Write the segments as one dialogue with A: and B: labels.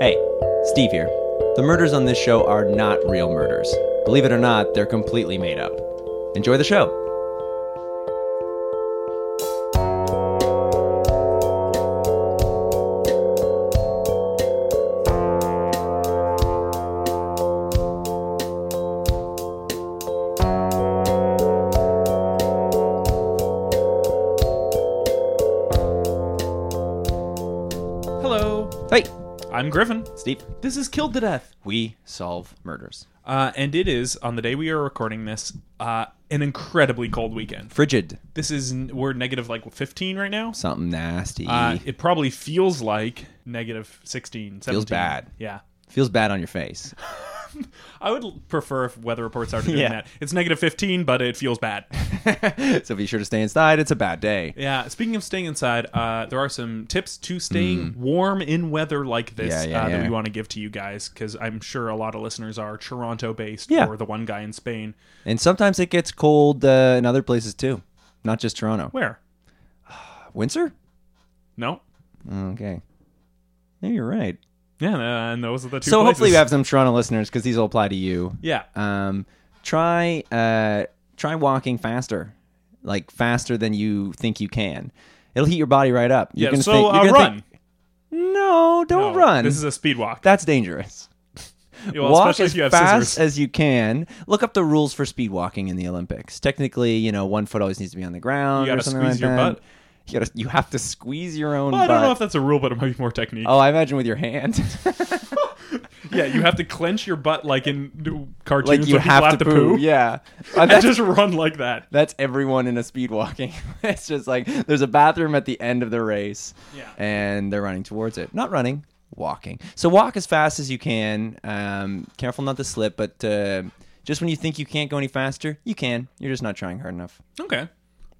A: Hey, Steve here. The murders on this show are not real murders. Believe it or not, they're completely made up. Enjoy the show.
B: Hello,
A: Hey,
B: I'm Griffin.
A: Steve.
B: This is Killed to Death,
A: We solve murders.
B: uh, and it is on the day we are recording this, uh, an incredibly cold weekend.
A: Frigid.
B: This is we're negative like 15 right now.
A: Something nasty.
B: Uh, it probably feels like negative 16, 17.
A: Feels bad.
B: Yeah.
A: Feels bad on your face.
B: I would l- prefer if weather reports started doing
A: Yeah.
B: that. It's negative 15, but it feels bad.
A: so be sure to stay inside. It's a bad day.
B: yeah. Speaking of staying inside, uh, there are some tips to staying warm in weather like this
A: Hmm. Yeah, yeah,
B: uh,
A: yeah.
B: that we want to give to you guys because I'm sure a lot of listeners are Toronto based
A: Yeah.
B: or the one guy in Spain.
A: And sometimes it gets cold uh, in other places too, not just Toronto.
B: Where?
A: Windsor?
B: No.
A: Okay. Yeah, you're right.
B: Yeah, uh, and those are the two.
A: so
B: places.
A: hopefully we have some Toronto listeners because these will apply to you.
B: Yeah,
A: um, try uh, try walking faster, like faster than you think you can. It'll heat your body right up. You're
B: yeah.
A: gonna
B: So
A: think-
B: uh,
A: you're gonna
B: run.
A: think, no, don't
B: No,
A: run.
B: This is a speed walk.
A: That's dangerous.
B: Well,
A: Walk
B: especially
A: as
B: if you have
A: fast
B: scissors.
A: as you can. Look up the rules for speed walking in the Olympics. Technically, you know, one foot always needs to be on the ground
B: You
A: or
B: gotta
A: something
B: squeeze
A: like
B: your
A: that.
B: butt.
A: You, gotta, you have to squeeze your own
B: Well, I
A: butt.
B: don't know if that's a rule, but it might be more technique.
A: oh, I imagine with your hand.
B: Yeah, you have to clench your butt like in do- cartoons.
A: like you
B: when people
A: have, to, poo. Yeah. Uh,
B: and
A: that's
B: just run like that.
A: that's everyone in a speed walking. it's just like there's a bathroom at the end of the race,
B: Yeah.
A: and they're running towards it. Not running, walking. So walk as fast as you can. Um, careful not to slip, but uh, just when you think you can't go any faster, you can. You're just not trying hard enough.
B: Okay.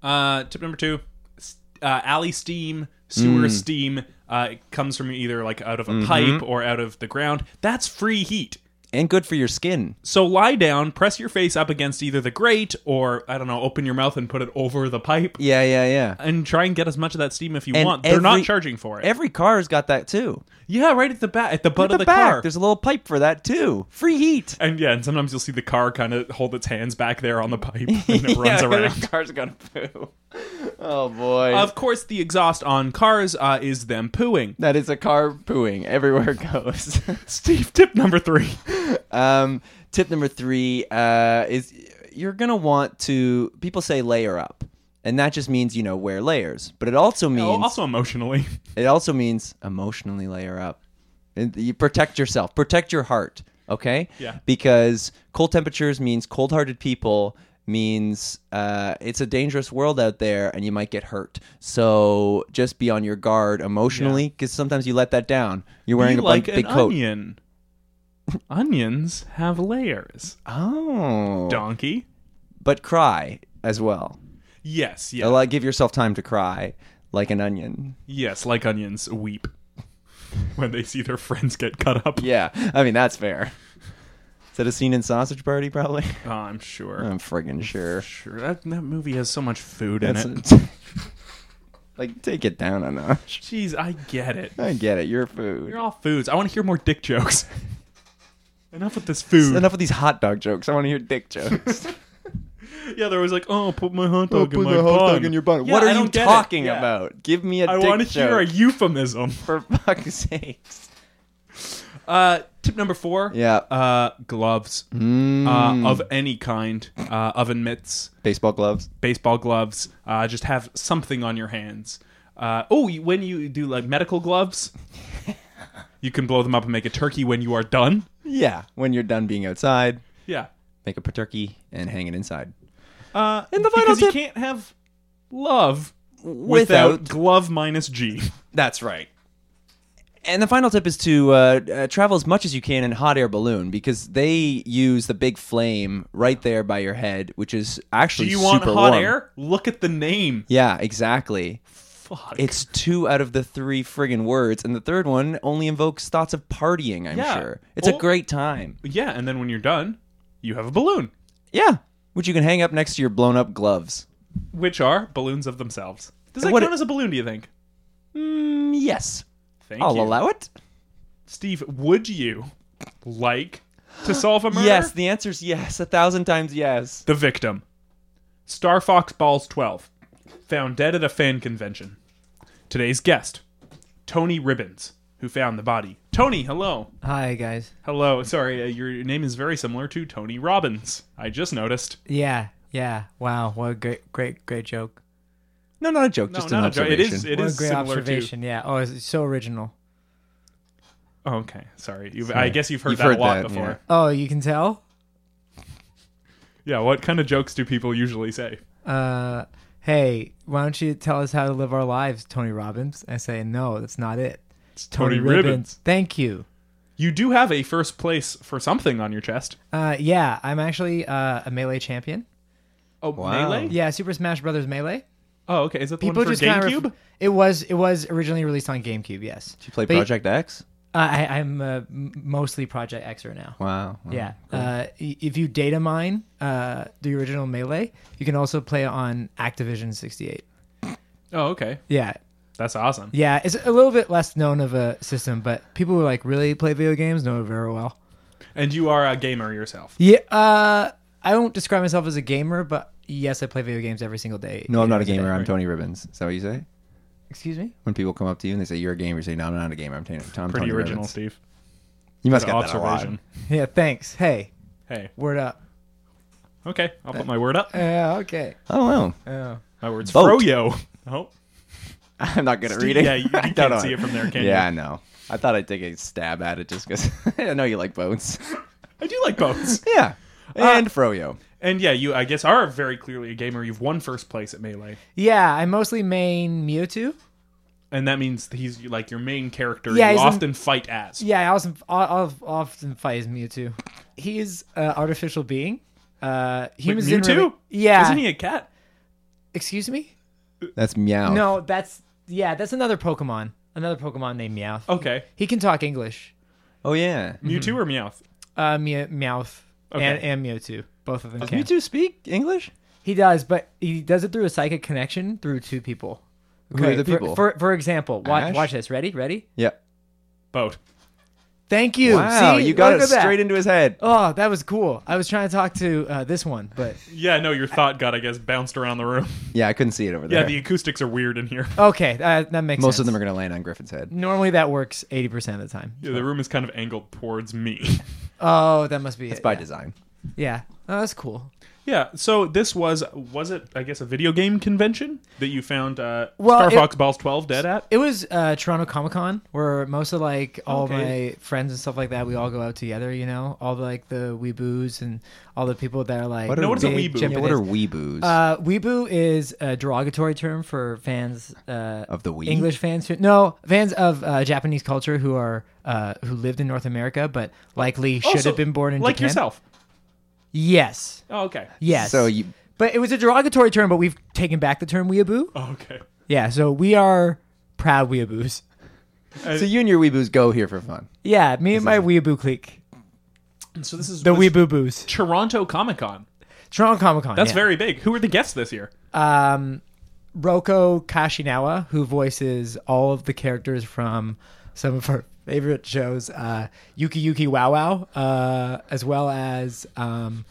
B: Uh, tip number two: s- uh, alley steam, sewer
A: Mm.
B: steam. Uh, it comes from either like out of
A: Mm-hmm.
B: a pipe or out of the ground. That's free heat.
A: And good for your skin.
B: So lie down, press your face up against either the grate or I don't know, open your mouth and put it over the pipe.
A: Yeah, yeah, yeah.
B: and try and get as much of that steam if you
A: And
B: want. They're not
A: every-
B: charging for it.
A: Every car's got that too.
B: yeah, right at the back, at the butt
A: the,
B: of the
A: back,
B: car.
A: there's a little pipe for that too. Free heat.
B: And yeah, and sometimes you'll see the car kind of hold its hands back there on the pipe and it runs
A: Yeah,
B: around.
A: every car's gonna poo. Oh boy.
B: Of course, the exhaust on cars uh, is them pooing.
A: that is a car pooing everywhere it goes.
B: Steve, tip number three.
A: Um, tip number three uh, is you're gonna want to. People say layer up, and that just means you know wear layers, but it also means
B: Oh, also emotionally.
A: it also means emotionally layer up. And you protect yourself, protect your heart. Okay.
B: Yeah.
A: Because cold temperatures means cold-hearted people means uh, it's a dangerous world out there, and you might get hurt. So just be on your guard emotionally, because sometimes you let that down. You're wearing
B: Be
A: a
B: like
A: big,
B: an
A: big coat.
B: onion. Onions have layers.
A: Oh.
B: Donkey.
A: but cry as well.
B: Yes, yeah,
A: Like give yourself time to cry like an onion.
B: yes. Like onions, weep when they see their friends get cut up.
A: Yeah, I mean that's fair. Is that a scene in Sausage Party? Probably.
B: Oh, I'm sure.
A: I'm friggin' sure.
B: Sure, that, that movie has so much food
A: That's
B: in it.
A: like take it down a notch.
B: Jeez, I get it.
A: I get it. Your food.
B: You're all foods. I want to hear more dick jokes. Enough with this food.
A: Enough of these hot dog jokes. I want to hear dick jokes.
B: Yeah, there was like, oh, put my hot dog in my
A: the hot dog
B: bun.
A: in your bun.
B: Yeah,
A: what
B: I
A: are you
B: don't get it.
A: talking
B: Yeah.
A: about? Give me a
B: I
A: dick
B: want to
A: joke.
B: hear a euphemism.
A: For fuck's sakes.
B: Uh, tip number four.
A: Yeah. Mm.
B: Uh, gloves uh, of any kind, uh, oven mitts,
A: Baseball gloves.
B: baseball gloves. Uh, just have something on your hands. Uh, oh, you- when you do like medical gloves, you can blow them up and make a turkey when you are done.
A: Yeah. When you're done being outside,
B: Yeah.
A: make a turkey and hang it inside.
B: Uh, and
A: the final
B: because
A: tip- um,
B: you can't have love without,
A: Without
B: glove minus G.
A: That's right. And the final tip is to uh, uh, travel as much as you can in hot air balloon because they use the big flame right there by your head, which is actually
B: Do you want
A: super
B: hot
A: warm.
B: air? Look at the name.
A: Yeah, exactly.
B: Fuck.
A: It's two out of the three friggin' words, and the third one only invokes thoughts of partying. I'm
B: Yeah.
A: sure it's a
B: Oh.
A: great time.
B: yeah, and then when you're done, you have a balloon,
A: Yeah, which you can hang up next to your blown up gloves.
B: which are balloons of themselves. Does that
A: What-
B: count as a balloon? Do you think?
A: Mm, yes,
B: Thank
A: I'll
B: you.
A: allow it.
B: Steve, would you like to solve a murder?
A: Yes, the answer is yes, a thousand times yes.
B: The victim. Star Fox Balls 12. Found dead at a fan convention. Today's guest, Tony Ribbons, who found the body. Tony, hello.
C: Hi guys.
B: Hello. Sorry, uh, your name is very similar to Tony Robbins. I just noticed.
C: Yeah, yeah. Wow, what a great, great, great joke.
A: No, not a joke,
B: No,
A: just an
B: not a joke. It
A: observation.
B: is, it
C: what
B: is
C: a great
B: similar
C: observation. Yeah. Oh, it's so original.
B: to. Oh, okay. Sorry. You've, I guess you've heard
A: You've
B: that
A: heard
B: a lot
A: that,
B: before.
A: yeah.
C: Oh, you can tell.
B: Yeah, what kind of jokes do people usually say?
C: Uh, hey, why don't you tell us how to live our lives, Tony Robbins? I say no, that's not it. It's
B: Tony Ribbons.
C: Thank you.
B: You do have a first place for something on your chest.
C: Uh, yeah, I'm actually uh, a melee champion.
B: Oh,
A: Wow.
B: Melee?
C: Yeah, Super Smash Brothers Melee.
B: Oh, okay. Is that the
C: People
B: one for
C: just kind
B: GameCube?
C: of it was it was originally released on GameCube. Yes.
A: Did you play
C: But-
A: Project X?
C: Uh, I, I'm uh, m- mostly Project Xer now.
A: Wow. wow.
C: Yeah. Uh, i- if you data mine uh, the original Melee, you can also play on Activision 68.
B: oh, okay.
C: Yeah.
B: That's awesome.
C: Yeah. It's a little bit less known of a system, but people who like really play video games know it very well.
B: And you are a gamer yourself.
C: Yeah. Uh, I don't describe myself as a gamer, but yes, I play video games every single day.
A: No, I'm not a
C: Every single
A: gamer.
C: day.
A: I'm Tony Ribbons. Is that what you say?
C: Excuse me?
A: When people come up to you and they say you're a gamer, you say no, I'm not a gamer. I'm, Tony. I'm
B: Pretty
A: Tony
B: original,
A: Ribbons.
B: Steve.
A: You must
B: Good
A: get that a lot.
B: observation.
C: Yeah. Thanks. Hey,
B: Hey,
C: word up.
B: okay. I'll put my word up.
C: Yeah. Okay.
A: Oh wow,
C: Oh.
B: My word's
A: Vote.
B: Froyo. Oh,
A: I'm not good at
B: Steve,
A: reading.
B: yeah, you- you
A: I
B: can't
A: don't know.
B: see it from there, can
A: yeah,
B: you?
A: I know. I thought I'd take a stab at it just because I know you like boats.
B: I do like boats.
A: yeah,
B: Uh,
A: and Froyo.
B: and yeah, you, I guess, are very clearly a gamer. You've won first place at Melee.
C: Yeah. I mostly main Mewtwo.
B: And that means he's like your main character
C: Yeah,
B: you
C: he's in-
B: often fight as.
C: Yeah, I also I, I often fight as Mewtwo. He is an artificial being. Uh, humans didn't
B: Mewtwo?
C: really- yeah.
B: Isn't he a cat?
C: Excuse me?
A: That's meow.
C: No, that's yeah, that's another Pokemon. Another Pokemon named Meowth.
B: Okay.
C: He can talk English.
A: Oh yeah.
B: Mewtwo or Meowth?
C: Uh, Mew- Meowth
B: Okay.
C: and, and Mewtwo, both of them
A: You
C: can.
A: two speak English?
C: He does, but he does it through a psychic connection through two people.
A: Who are the
C: for-
A: people?
C: For, for, example, watch,
A: Ash?
C: watch this. Ready? Ready?
A: Yeah.
B: Boat.
C: Thank you.
A: Wow,
C: See?
A: you got
C: Look
A: it
C: at that.
A: straight into his head.
C: Oh, that was cool. I was trying to talk to uh, this one, but
B: Yeah, no, your thought got, I guess, bounced around the room.
A: Yeah, I couldn't see it over there.
B: Yeah, the acoustics are weird in here.
C: okay, uh, that makes
A: Most
C: sense.
A: of them are going to land on Griffin's head.
C: Normally that works 80% of the time.
B: Yeah, the room is kind of angled towards me.
C: Oh, that must be
A: It's
C: it.
A: by
C: yeah.
A: design.
C: Yeah. Oh, that's cool.
B: yeah, so this was was it I guess a video game convention that you found uh,
C: Well,
B: Star
C: it-
B: Fox Balls 12 dead at?
C: It was uh, Toronto Comic Con where most of like all
B: Okay.
C: my friends and stuff like that, we all go out together, you know? All the, like the weeboos and all the people that are like
A: What are- No, what
B: is a
C: big
B: weeboo?
C: Japanese-
B: Yeah,
A: what are weeboos?
C: uh, weeboo is a derogatory term for fans uh,
A: Of the Wii?
C: English fans who no fans of uh, Japanese culture who are uh, who lived in North America but likely should
B: Also,
C: have been born in
B: like
C: Japan.
B: yourself.
C: Yes,
B: Oh, okay.
C: yes.
A: So you,
C: But it was a derogatory term, but we've taken back the term weeaboo.
B: Oh, okay.
C: Yeah, so we are proud weeaboos.
A: so you and your weeboos go here for fun.
C: Yeah, me and my weeaboo clique,
B: So this is
C: the
B: was
C: weeboo boos.
B: Toronto Comic Con.
C: Toronto Comic Con.
B: That's
C: yeah.
B: very big. Who were the guests this year?
C: Um, Roko Kashinawa, who voices all of the characters from some of our favorite shows, uh, Yuki Yuki Wow Wow, uh, as well as um,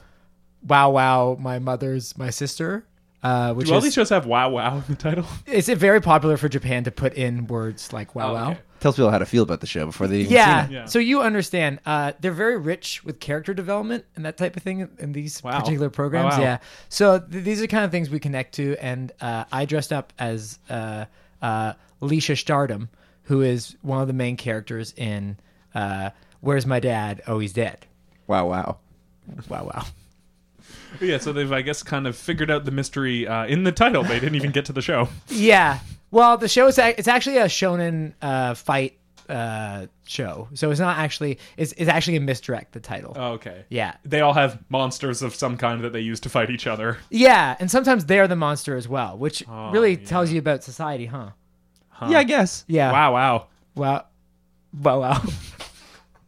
C: Wow Wow, My Mother's My Sister. Uh, which
B: Do all
C: is
B: these shows have Wow Wow in the title?
C: it's very popular for Japan to put in words like wow
B: Oh,
C: wow.
B: okay.
A: Tells people how to feel about the show before they even
C: Yeah.
A: seen it.
B: Yeah.
C: So you understand. Uh, they're very rich with character development and that type of thing in these
B: Wow.
C: particular programs.
B: Wow, wow.
C: Yeah. So th- these are kind of things we connect to. And uh, I dressed up as uh, uh, Leisha Stardom, who is one of the main characters in uh, Where's My Dad? Oh, He's Dead.
A: Wow, wow.
C: Wow, wow.
B: yeah, so they've I guess kind of figured out the mystery uh, in the title. They didn't even get to the show.
C: Yeah. Well, the show is ac- it's actually a shonen uh, fight uh, show, so it's not actually it's, it's actually a misdirect. The title.
B: Oh, okay.
C: Yeah.
B: They all have monsters of some kind that they use to fight each other.
C: Yeah, and sometimes they're the monster as well, which really
B: Oh, yeah.
C: tells you about society, huh?
A: Yeah, I guess.
C: Yeah.
B: Wow, wow.
C: Wow. Wow. Wow.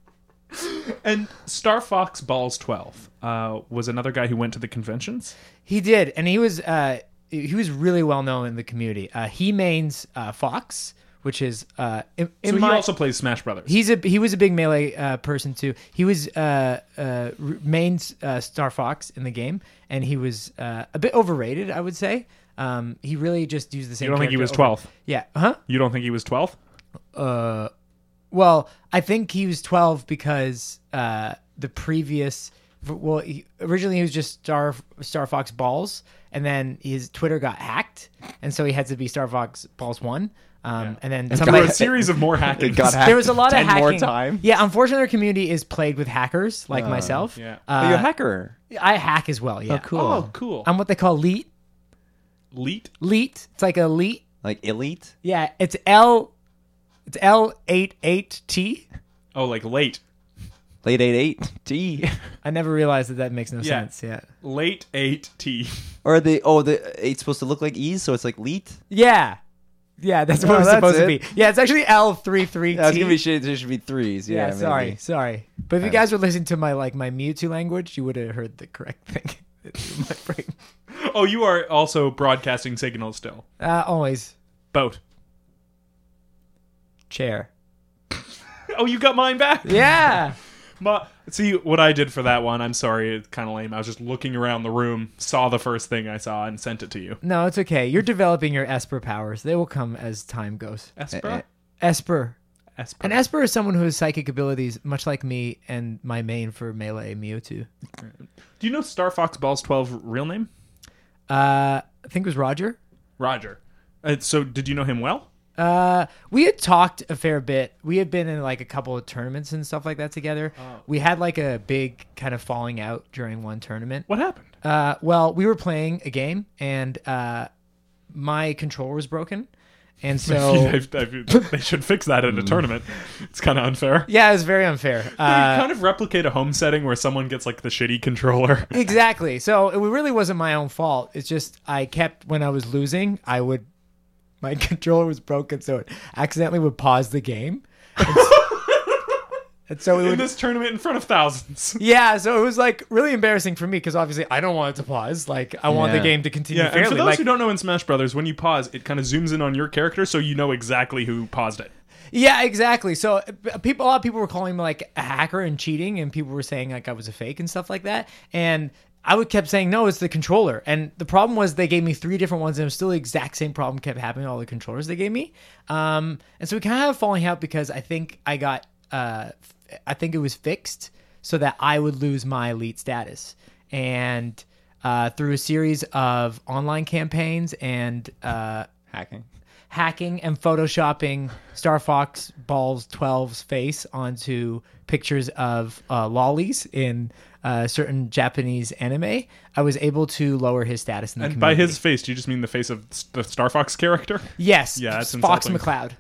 B: And Star Fox Balls 12 uh, was another guy who went to the conventions.
C: he did, and he was uh, he was really well known in the community. Uh, he mains uh, Fox, which is uh, in,
B: So
C: in
B: he
C: my,
B: also plays Smash Brothers.
C: He's a he was a big melee uh, person too. He was uh, uh, r- main uh, Star Fox in the game, and he was uh, a bit overrated, I would say. Um, he really just used the same.
B: you don't think he was
C: character over-
B: 12th?
C: Yeah. uh-huh. Huh.
B: You don't think he was 12th?
C: Uh, well, I think he was 12 because uh, the previous. Well, he, originally he was just Star Star Fox Balls, and then his Twitter got hacked, and so he had to be Star Fox Balls One. Um, And then
B: There were
C: somebody,
B: a series of more hacking.
A: It got hacked
C: there was a lot
A: ten
C: of hacking.
A: more time.
C: Yeah, unfortunately, our community is plagued with hackers like myself.
B: yeah.
A: Are you a
C: Uh,
A: hacker?
C: I hack as well. Yeah.
A: cool.
B: Oh, cool.
C: I'm what they call leet.
B: Leet?
C: Leet. It's like a leet.
A: Like elite?
C: Yeah, it's L. It's L eight eight T.
B: Oh, like late.
A: Late eight eight D.
C: I never realized that that makes no
B: Yeah.
C: sense. Yeah.
B: Late 8T.
A: Or the oh the eight's supposed to look like E's, so it's like leet.
C: Yeah. Yeah, that's what
A: No,
C: it was
A: Oh, that's
C: supposed to
A: it.
C: be. Yeah, it's actually L three three.
A: That's gonna be shit. There should be threes. Yeah,
C: Yeah,
A: maybe.
C: sorry, sorry. But if you guys were listening to my like my Mewtwo language, you would have heard the correct thing. in my brain.
B: Oh, you are also broadcasting signals still.
C: Uh, always
B: Boat.
C: chair.
B: Oh, you got mine back?
C: Yeah.
B: Ma- See, what I did for that one, I'm sorry, it's kind of lame. I was just looking around the room, saw the first thing I saw, and sent it to you.
C: no, it's okay. You're developing your Esper powers. They will come as time goes.
B: Espra?
C: Esper.
B: Espra.
C: An Esper is someone who has psychic abilities, much like me and my main for melee Mewtwo.
B: Do you know Star Fox Ball's 12 real name?
C: Uh, I think it was Roger.
B: Roger. Uh, so, did you know him well?
C: Uh, we had talked a fair bit. We had been in like a couple of tournaments and stuff like that together. We had like a big kind of falling out during one tournament.
B: What happened?
C: Uh, well, we were playing a game and uh, my controller was broken, and so
B: I've- I've- they should fix that at a tournament. It's kind of unfair.
C: yeah, it was very unfair. Uh,
B: they kind of replicate a home setting where someone gets like the shitty controller.
C: exactly. So it really wasn't my own fault. It's just I kept when I was losing, I would my controller was broken, so it accidentally would pause the game. And so we
B: in
C: would
B: this tournament in front of thousands.
C: Yeah, so it was like really embarrassing for me because obviously I don't want it to pause. Like I want
A: Yeah.
C: the game to continue
B: Yeah, and for
C: fairly.
B: those
C: Like,
B: who don't know in Smash Brothers, when you pause, it kind of zooms in on your character so you know exactly who paused it.
C: yeah, exactly. So uh, people, a lot of people were calling me like a hacker and cheating, and people were saying like I was a fake and stuff like that. And I would kept saying no, it's the controller. And the problem was they gave me three different ones, and it was still the exact same problem kept happening. with All the controllers they gave me, um, and so we kind of had a falling out because I think I got, uh, f- I think it was fixed so that I would lose my elite status and. uh, through a series of online campaigns and uh,
A: Hacking.
C: hacking and photoshopping Star Fox Balls 12's face onto pictures of uh, lollies in uh, certain Japanese anime, I was able to lower his status in the
B: And by
C: community.
B: his face, do you just mean the face of s- the Star Fox character?
C: yes,
B: Yeah, that's
C: Fox
B: insulting.
C: McCloud.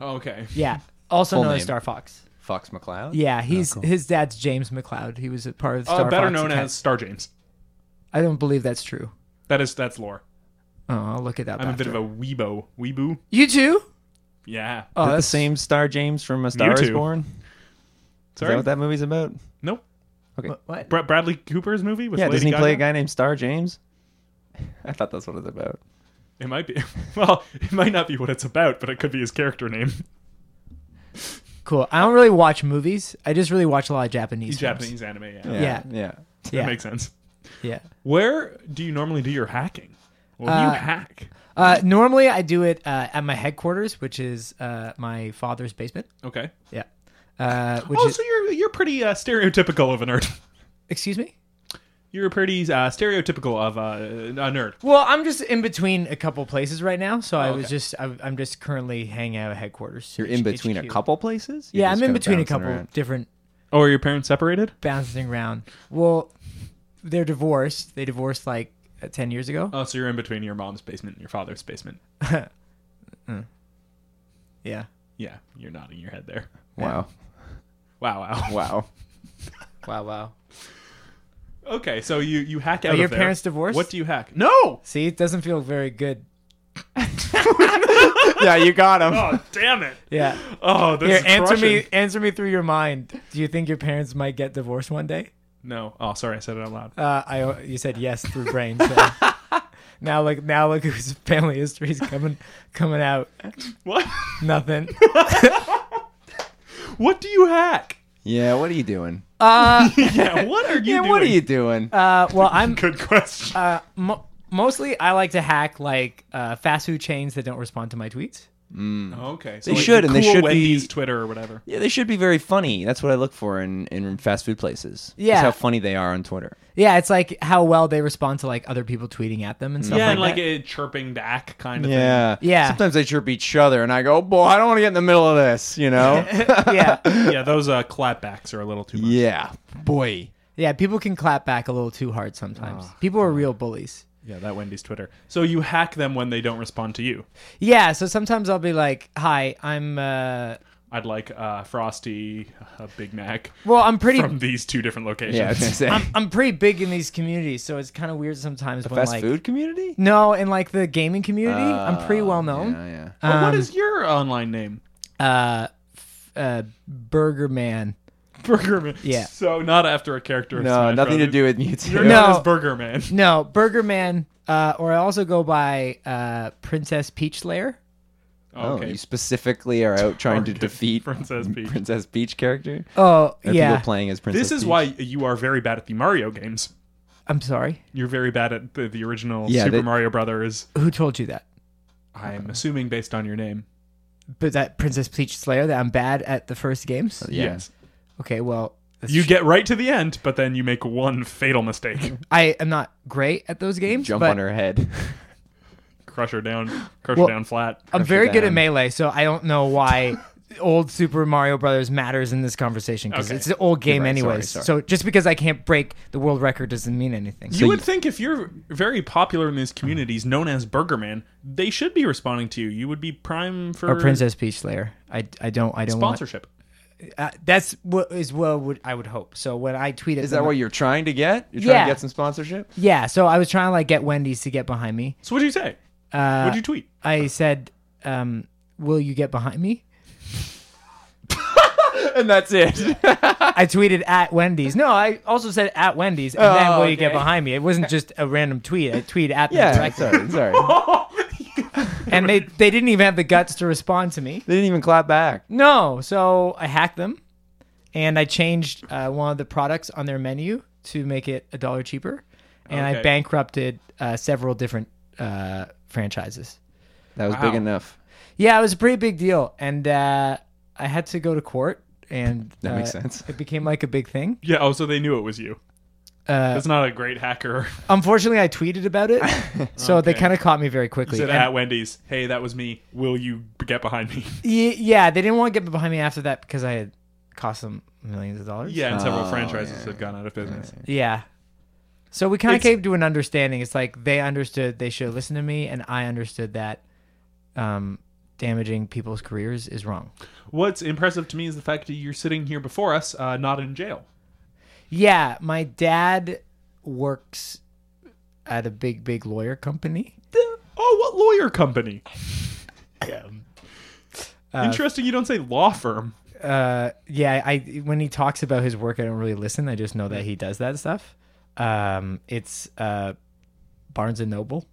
B: Oh, okay.
C: Yeah, also
A: Full
C: known as
A: name. Oh,
C: Star Fox.
A: Fox McCloud.
C: Yeah, he's his dad's James McCloud. He was a part of the Star
B: Uh, better
C: Fox
B: known
C: account.
B: as Star James.
C: I don't believe that's true.
B: That is that's lore.
C: Oh, I'll look it up.
B: I'm a bit
C: after.
B: of a weebo, weeboo.
C: you too.
B: Yeah.
C: Oh,
A: Is that the
C: that's-
A: same Star James from A Star Is
B: Mewtwo.
A: Born? Is
B: Sorry.
A: that what that movie's about?
B: Nope.
C: What? what?
B: Bra- Bradley Cooper's movie with
A: Yeah,
B: Lady
A: doesn't he play a
B: Gaga?
A: guy named Star James? I thought that's what it's about.
B: It might be. Well, it might not be what it's about, but it could be his character name.
C: Cool. I don't really watch movies. I just really watch a lot of Japanese. films.
B: Japanese anime. Yeah.
A: Yeah.
C: Yeah.
A: Yeah.
C: Yeah.
B: That makes sense.
C: yeah.
B: Where do you normally do your hacking? Well,
C: Uh,
B: you hack.
C: Uh, normally, I do it uh, at my headquarters, which is uh, my father's basement.
B: Okay.
C: Yeah. Uh, which
B: Oh,
C: is,
B: so you're you're pretty uh, stereotypical of a nerd.
C: excuse me.
B: You're pretty uh, stereotypical of uh, a nerd.
C: Well, I'm just in between a couple places right now, so I was
B: okay.
C: just I, I'm just currently hanging out at headquarters.
A: Oh, You're in
C: H-
A: between a
C: HQ.
A: couple places? You're
C: Yeah,
A: just
C: I'm in
A: kinda
C: between a
A: bouncing
C: couple
A: around.
C: different
B: Oh, are your parents separated?
C: bouncing around. Well, they're divorced. They divorced like uh, ten years ago.
B: Oh, so you're in between your mom's basement and your father's basement.
C: yeah.
B: Yeah, you're nodding your head there.
A: Wow.
B: Wow, wow.
A: Wow.
C: Wow. Wow.
B: Okay, so you you hack out.
C: your
B: of there.
C: parents divorced?
B: What do you hack? No.
C: See, it doesn't feel very good.
A: yeah, you got him.
B: Oh, damn it.
C: Yeah.
B: Oh, this
C: Here,
B: is
C: answer me.
B: crushing.
C: Answer me through your mind. Do you think your parents might get divorced one day?
B: No. Oh, sorry, I said it out loud.
C: Uh, I you said yes through brain. So. Now like now look whose family history is coming coming out.
B: What?
C: Nothing.
B: What do you hack?
A: Yeah, what are you doing?
C: Uh,
B: Yeah, what are you
A: yeah,
B: doing?
A: what are you doing?
C: uh, well, I'm
B: Good question.
C: uh, mo- mostly I like to hack like uh, fast food chains that don't respond to my tweets.
B: okay. So
A: They
B: like
A: should,
B: the
A: and they
B: cool
A: should be-
B: Wendy's Twitter or whatever.
A: yeah, they should be very funny. That's what I look for in, in fast food places. is
C: Yeah.
A: how funny they are on Twitter.
C: Yeah, it's like how well they respond to like other people tweeting at them and stuff
B: Yeah,
C: like
B: and like
C: that.
B: a chirping back kind of
A: Yeah,
C: Yeah.
A: Sometimes they chirp each other, and I go, "Boy, I don't want to get in the middle of this," you know?
C: yeah,
B: thing. Yeah, those uh, clapbacks are a little too much.
A: yeah, boy.
C: yeah. People can clap back a little too hard sometimes.
B: Ah.
C: people are real bullies.
B: Yeah, that Wendy's Twitter. So you hack them when they don't respond to you.
C: Yeah, so sometimes I'll be like, "Hi, I'm uh,
B: I'd like uh, Frosty, a Big Mac
C: well, I'm pretty,
B: from these two different locations.
A: Yeah, I was gonna say.
C: I'm, I'm pretty big in these communities, so it's kind of weird sometimes when
A: fast
C: like
A: food community.
C: no, in like the gaming community,
A: Oh,
C: I'm pretty well known.
A: Yeah, yeah.
B: Well, what
C: Um,
B: is your online name?
C: uh, f- uh, Burger Man.
B: Burger Man.
C: Yeah.
B: So not after a character. in
A: No,
B: Smash
A: nothing to
B: Brothers.
A: do with Mewtwo.
B: Your
C: No.
B: name is Burger Man.
C: No, Burger Man. Uh, or I also go by uh, Princess Peach Layer.
A: Oh,
B: okay.
A: you specifically are out trying to
B: Target
A: defeat
B: Princess Peach.
A: Princess Peach character.
C: Oh
A: Are
C: yeah,
A: people playing as Princess.
B: This is
A: Peach?
B: why you are very bad at the Mario games.
C: I'm sorry.
B: You're very bad at the, the original
A: Yeah,
B: Super
A: they-
B: Mario Brothers.
C: Who told you that?
B: I'm assuming based on your name.
C: But that Princess Peach Slayer that I'm bad at the first games.
A: Yeah.
B: Yes.
C: Okay, well, that's
B: You
C: tr-
B: get right to the end, but then you make one fatal mistake.
C: I am not great at those games.
A: Jump
C: but
A: on her head.
B: crush her down, crush
C: Well-
B: her down flat.
C: I'm very
A: her
C: good at
A: down.
C: melee, so I don't know why old Super Mario Brothers matters in this conversation because
B: Okay.
C: it's an old game,
A: right, sorry,
C: anyways.
A: sorry.
C: So just because I can't break the world record doesn't mean anything.
B: You would think if you're very popular in these communities, known as Burger Man, they should be responding to you. You would be prime for
C: or Princess Peach Slayer. I, I don't I don't want
B: sponsorship.
C: uh, that's what is what would I would hope. So when I tweeted,
A: Is that what you're trying to get? You're
C: Yeah.
A: trying to get some sponsorship.
C: Yeah. So I was trying to like get Wendy's to get behind me.
B: So what'd you say?
C: Uh,
B: what'd you tweet?
C: I said, um, "Will you get behind me?"
A: And that's it.
C: I tweeted at Wendy's. No, I also said at Wendy's, and then will
A: Oh,
C: you get
A: okay.
C: behind me? It wasn't just a random tweet. I tweeted at them
A: yeah. Sorry.
C: directly,
A: Sorry.
C: and they they didn't even have the guts to respond to me.
A: They didn't even clap back.
C: No, so I hacked them, and I changed uh, one of the products on their menu to make it a dollar cheaper, and I
B: Okay.
C: bankrupted uh, several different uh, franchises.
A: That was
B: Wow.
A: big enough.
C: Yeah, it was a pretty big deal, and uh, I had to go to court, and
A: That makes
C: uh,
A: sense.
C: It became like a big thing.
B: Yeah, oh, so they knew it was you.
C: Uh,
B: That's not a great hacker.
C: Unfortunately, I tweeted about it, so they
B: Okay.
C: kind of caught me very quickly.
B: Said
C: And-
B: at Wendy's, hey, that was me. Will you get behind me?
C: y- yeah, they didn't want to get behind me after that because I had cost them millions of dollars.
B: Yeah, and several
A: Oh,
B: franchises
A: yeah.
B: have gone out of business.
C: yeah. So we kind of
B: It's-
C: came to an understanding. It's like they understood they should listen to me, and I understood that um, damaging people's careers is wrong.
B: What's impressive to me is the fact that you're sitting here before us, uh, not in jail.
C: Yeah, my dad works at a big, big lawyer company.
B: Oh, what lawyer company? Interesting. You don't say law firm.
C: uh yeah i when he talks about his work i don't really listen i just know that he does that stuff um it's uh barnes and noble